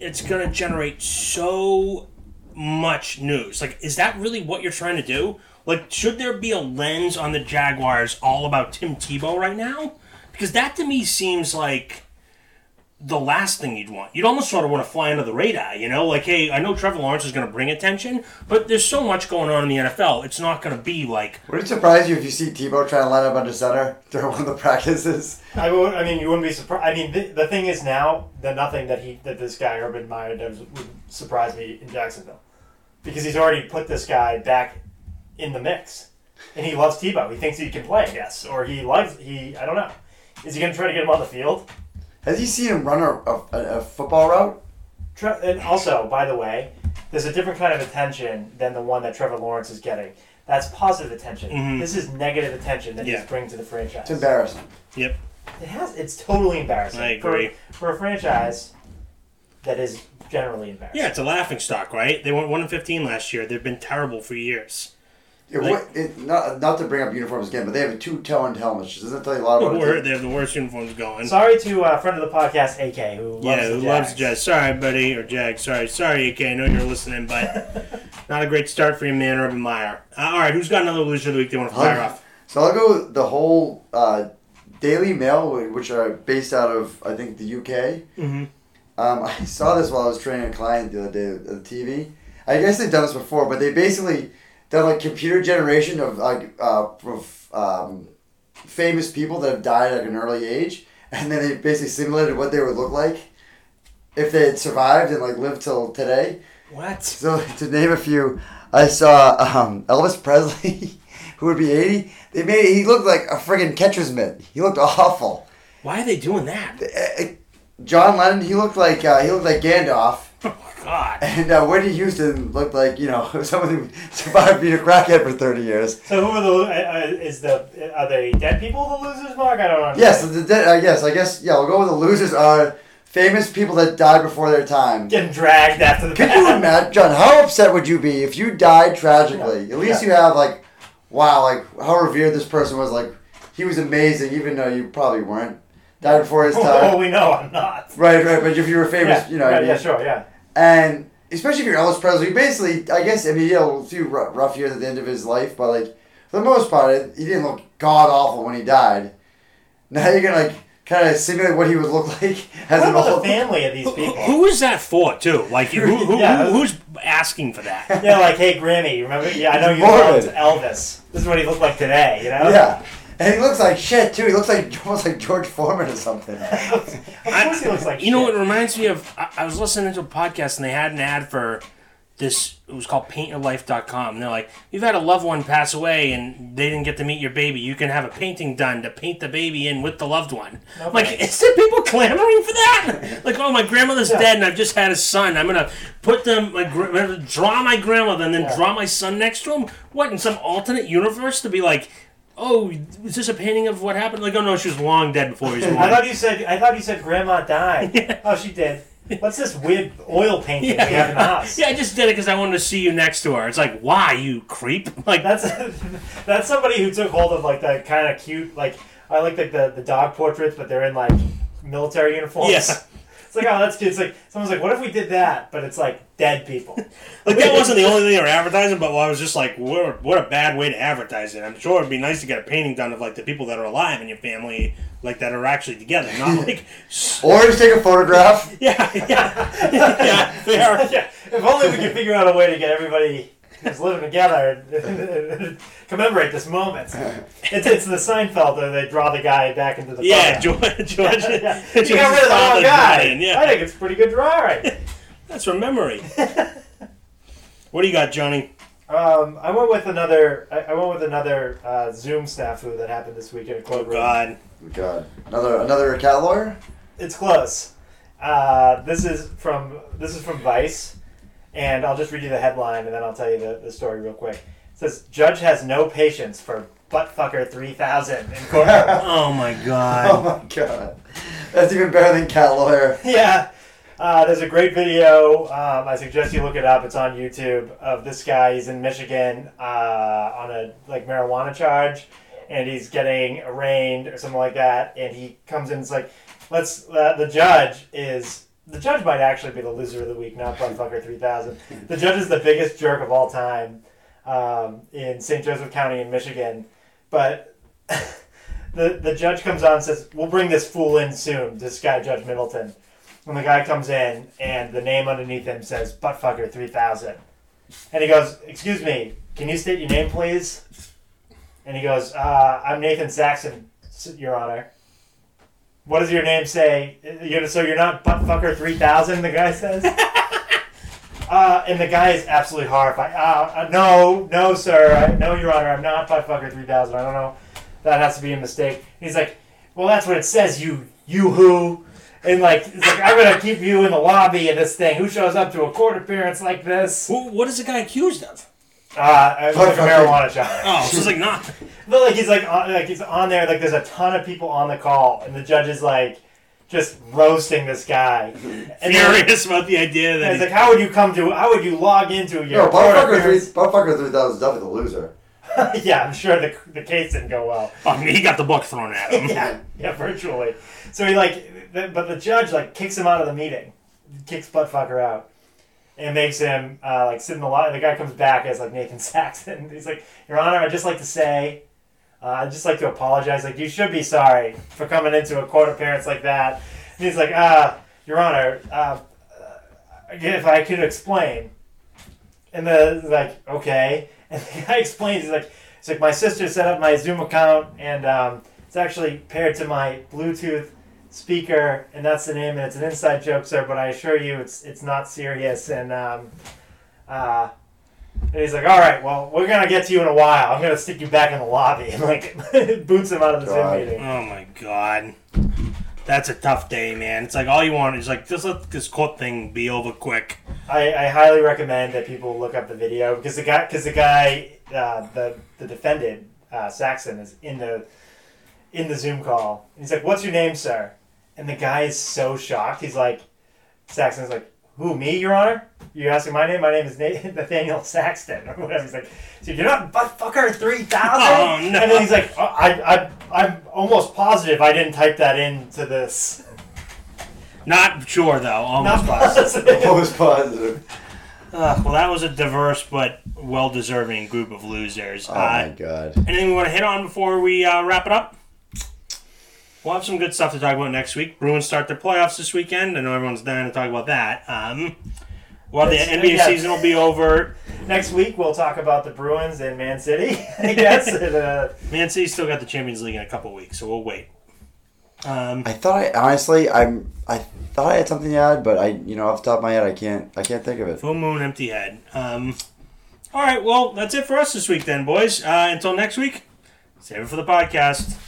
S1: it's gonna generate so much news. Like, is that really what you're trying to do? Like, should there be a lens on the Jaguars all about Tim Tebow right now? Because that to me seems like the last thing you'd want. You'd almost sort of want to fly under the radar, you know? Like, hey, I know Trevor Lawrence is going to bring attention, but there's so much going on in the NFL. It's not going to be like,
S3: Would it surprise you if you see Tebow trying to line up under center during one of the practices?
S2: I, would, I mean, you wouldn't be surprised. I mean, the, the thing is now that nothing that he that this guy Urban Meyer does would surprise me in Jacksonville, because he's already put this guy back in the mix, and he loves Tebow. He thinks he can play, I guess, or he loves he. I don't know. Is he going to try to get him on the field?
S3: Has you seen him run a, a, a football route?
S2: Tre- And also, by the way, there's a different kind of attention than the one that Trevor Lawrence is getting. That's positive attention.
S1: Mhm.
S2: This is negative attention that
S1: Yeah.
S2: he's bringing to the franchise.
S3: It's embarrassing.
S1: yep,
S2: It has. It's totally embarrassing.
S1: I
S2: for-
S1: agree.
S2: For, a franchise that is generally embarrassing.
S1: yeah, it's a laughing stock, right? They went 1 and 15 last year. They've been terrible for years.
S3: It,
S1: Like-
S3: wa- it, not, not to bring up uniforms again, but they have two toned helmets. Doesn't that tell you a lot about it?
S1: Or they have the worst uniforms going.
S2: Oh, Sorry to uh, friend of the podcast, AK, who loves
S1: yeah,
S2: the
S1: who
S2: Jags.
S1: loves Jazz? Sorry, buddy, or Jag. Sorry, sorry, AK. I know you're listening, but not a great start for you, man, Urban Meyer. Uh, all right, who's got another loser of the week they want to fire
S3: Huh?
S1: off?
S3: So I'll go with the whole uh, Daily Mail, wh- which are based out of I think the UK.
S1: Mm-hmm.
S3: Um, I saw this while I was training a client the other day on TV. I guess they've done this before, but they basically done like computer generation of like uh, of, um, famous people that have died at an early age, and then they basically simulated what they would look like if they had survived and like lived till today.
S1: What?
S3: So to name a few, I saw um, Elvis Presley, who would be eighty. They made he looked like a friggin' catcher's mitt. He looked awful.
S1: Why are they doing that?
S3: Eh, eh, John Lennon, he looked like uh, he looked like Gandalf,
S1: Oh my God.
S3: and uh, Whitney Houston looked like you know someone who survived being a crackhead for thirty years.
S2: So who are the uh, uh, is the are they dead people the losers mark? I don't know.
S3: Yes, the, the, I guess I guess yeah. We'll go with the losers are famous people that died before their time.
S2: Getting dragged after the.
S3: Could you imagine, John? How upset would you be if you died tragically? At least
S2: Yeah.
S3: you have like, wow, like how revered this person was. Like he was amazing, even though you probably weren't. Died before his
S2: Oh,
S3: time.
S2: we know I'm not.
S3: right, right. But if you were famous,
S2: yeah,
S3: you know. what I
S2: right,
S3: mean?
S2: yeah, sure, yeah.
S3: And especially if you're Elvis Presley, you basically, I guess, I mean, he had a few rough, rough years at the end of his life, but like for the most part, it, he didn't look god awful when he died. Now you're gonna like kind of simulate what he would look like as
S2: What
S3: an
S2: about
S3: old.
S2: the family of these
S1: Who,
S2: people?
S1: who is that for, too? Like, who, who,
S2: Yeah.
S1: who, who's asking for that?
S2: Yeah, like, hey, Grammy, remember? Yeah, I know you
S3: Morbid.
S2: loved Elvis. This is what he looked like today, you know?
S3: Yeah. And he looks like shit too. He looks like almost like George Foreman or something.
S2: Of course he looks like
S1: You know
S2: shit.
S1: what it reminds me of? I, I was listening to a podcast and they had an ad for this. It was called paintyourlife.com. And they're like, you've had a loved one pass away and they didn't get to meet your baby. You can have a painting done to paint the baby in with the loved one.
S2: No
S1: I'm like,
S2: thanks.
S1: is there people clamoring for that? like, oh, my grandmother's
S2: Yeah.
S1: dead and I've just had a son. I'm going to put them, my, gra- I'm gonna draw my grandmother and then
S2: Yeah.
S1: draw my son next to him. What, in some alternate universe to be like, oh, is this a painting of what happened? Like, oh, no, she was long dead before he was
S2: I
S1: born.
S2: thought you said I thought you said grandma died. Oh, she did. What's this weird oil painting we have in the house?
S1: Yeah, I just did it because I wanted to see you next to her. It's like, why you creep? Like,
S2: That's that's somebody who took hold of like the kind of cute like I like like the, the dog portraits, but they're in like military uniforms.
S1: Yeah.
S2: It's like oh that's cute. It's like someone's like what if we did that, but it's like dead people.
S1: like that wasn't the only thing they were advertising, but I was just like, what, what a bad way to advertise it. I'm sure it'd be nice to get a painting done of like the people that are alive in your family, like that are actually together, not like,
S3: or just take a photograph.
S1: yeah, yeah, yeah, they are.
S2: yeah. If only we could figure out a way to get everybody who's living together and commemorate this moment. It's, it's the Seinfeld where they draw the guy back into the
S1: Yeah,
S2: photo.
S1: George. George
S2: yeah.
S1: George's
S2: You got rid of the wrong
S1: father's
S2: guy.
S1: dying, yeah.
S2: I think it's pretty good drawing.
S1: That's from memory. what do you got, Johnny?
S2: um, I went with another. I, I went with another uh, Zoom snafu that happened this week in a
S1: Oh,
S2: club room.
S1: God.
S3: God, another another cat lawyer.
S2: It's close. Uh, this is from this is from Vice, and I'll just read you the headline and then I'll tell you the, the story real quick. It says judge has no patience for buttfucker three thousand in courtroom.
S1: Oh, my
S3: Oh
S1: God.
S3: my god, that's even better than cat lawyer.
S2: yeah. Uh, there's a great video. Um, I suggest you look it up. It's on YouTube of this guy. He's in Michigan uh, on a like marijuana charge, and he's getting arraigned or something like that. And he comes in. and It's like, let's. Uh, the judge is the judge might actually be the loser of the week, not Bunfucker three thousand. The judge is the biggest jerk of all time um, in St. Joseph County in Michigan, but. The, the judge comes on and says, We'll bring this fool in soon, this guy, Judge Middleton. when the guy comes in and the name underneath him says buttfucker three thousand, and he goes, "Excuse me, can you state your name, please?" And he goes, uh, "I'm Nathan Saxon, s- Your Honor." What does your name say? You're, so you're not buttfucker three thousand? The guy says. Uh, and the guy is absolutely horrified. Uh, uh, no, no, sir. I, no, Your Honor, I'm not Buttfucker 3000. I don't know. That has to be a mistake. He's like, well, that's what it says, you, you who. And like, he's like, I'm going to keep you in the lobby of this thing. Who shows up to a court appearance like this?
S1: Who, what is the guy accused of?
S2: Uh, it was like a
S3: Buttfucker.
S2: marijuana shot.
S1: Oh, so it's like not.
S2: But like he's like on, like he's on there like there's a ton of people on the call and the judge is like just roasting this guy. And then,
S1: Furious about the idea
S2: and
S1: that
S2: it's
S1: he-
S2: like how would you come to how would you log into your
S3: No,
S2: court
S3: Buttfucker
S2: appearance?
S3: 3, Buttfucker 3000 is definitely the loser.
S2: yeah, I'm sure the, the case didn't go well.
S1: oh, I mean, he got the book thrown at him.
S2: Yeah, yeah, virtually. So he like, th- but the judge like kicks him out of the meeting, kicks buttfucker out, and makes him uh, like sit in the lot. The guy comes back as like Nathan Saxon. He's like, Your Honor, I'd just like to say, uh, I'd just like to apologize. Like you should be sorry for coming into a court appearance like that. And he's like, uh, Your Honor, uh, uh, if I could explain. And the like, okay. And the guy explains, he's like, it's like my sister set up my Zoom account and um, it's actually paired to my Bluetooth speaker, and that's the name. And it's an inside joke, sir. But I assure you, it's it's not serious. And um, uh, and he's like, all right, well, we're gonna get to you in a while. I'm gonna stick you back in the lobby, and like boots him out of the
S3: God.
S2: Zoom meeting.
S1: Oh my god. That's a tough day, man. It's like all you want is like just let this court thing be over quick.
S2: I, I highly recommend that people look up the video because the guy because the guy uh, the the defendant uh, Saxon is in the in the Zoom call. And he's like, "What's your name, sir?" And the guy is so shocked. He's like, Saxon's like, "Who me, Your Honor? You asking my name? My name is Na- Nathaniel Saxton or whatever." He's like, so "You're not buttfucker three thousand?
S1: Oh, no.
S2: And then he's like, oh, "I I I'm almost positive I didn't type that into this."
S1: Not sure though, almost
S2: Not
S1: possible.
S2: positive.
S3: What was positive?
S1: Uh, well, that was a diverse but well deserving group of losers.
S3: Oh my
S1: uh,
S3: god.
S1: anything we want to hit on before we uh, wrap it up? We'll have some good stuff to talk about next week. Bruins start their playoffs this weekend. I know everyone's dying to talk about that. Um, well, the
S2: Yes,
S1: NBA
S2: yeah.
S1: season will be over.
S2: Next week we'll talk about the Bruins and Man City. I guess. And, uh,
S1: Man City's still got the Champions League in a couple weeks, so we'll wait. Um,
S3: I thought I honestly I'm I thought I had something to add, but I you know off the top of my head I can't I can't think of it.
S1: Full moon, empty head. Um, all right, well, that's it for us this week, then, boys. Uh, until next week, save it for the podcast.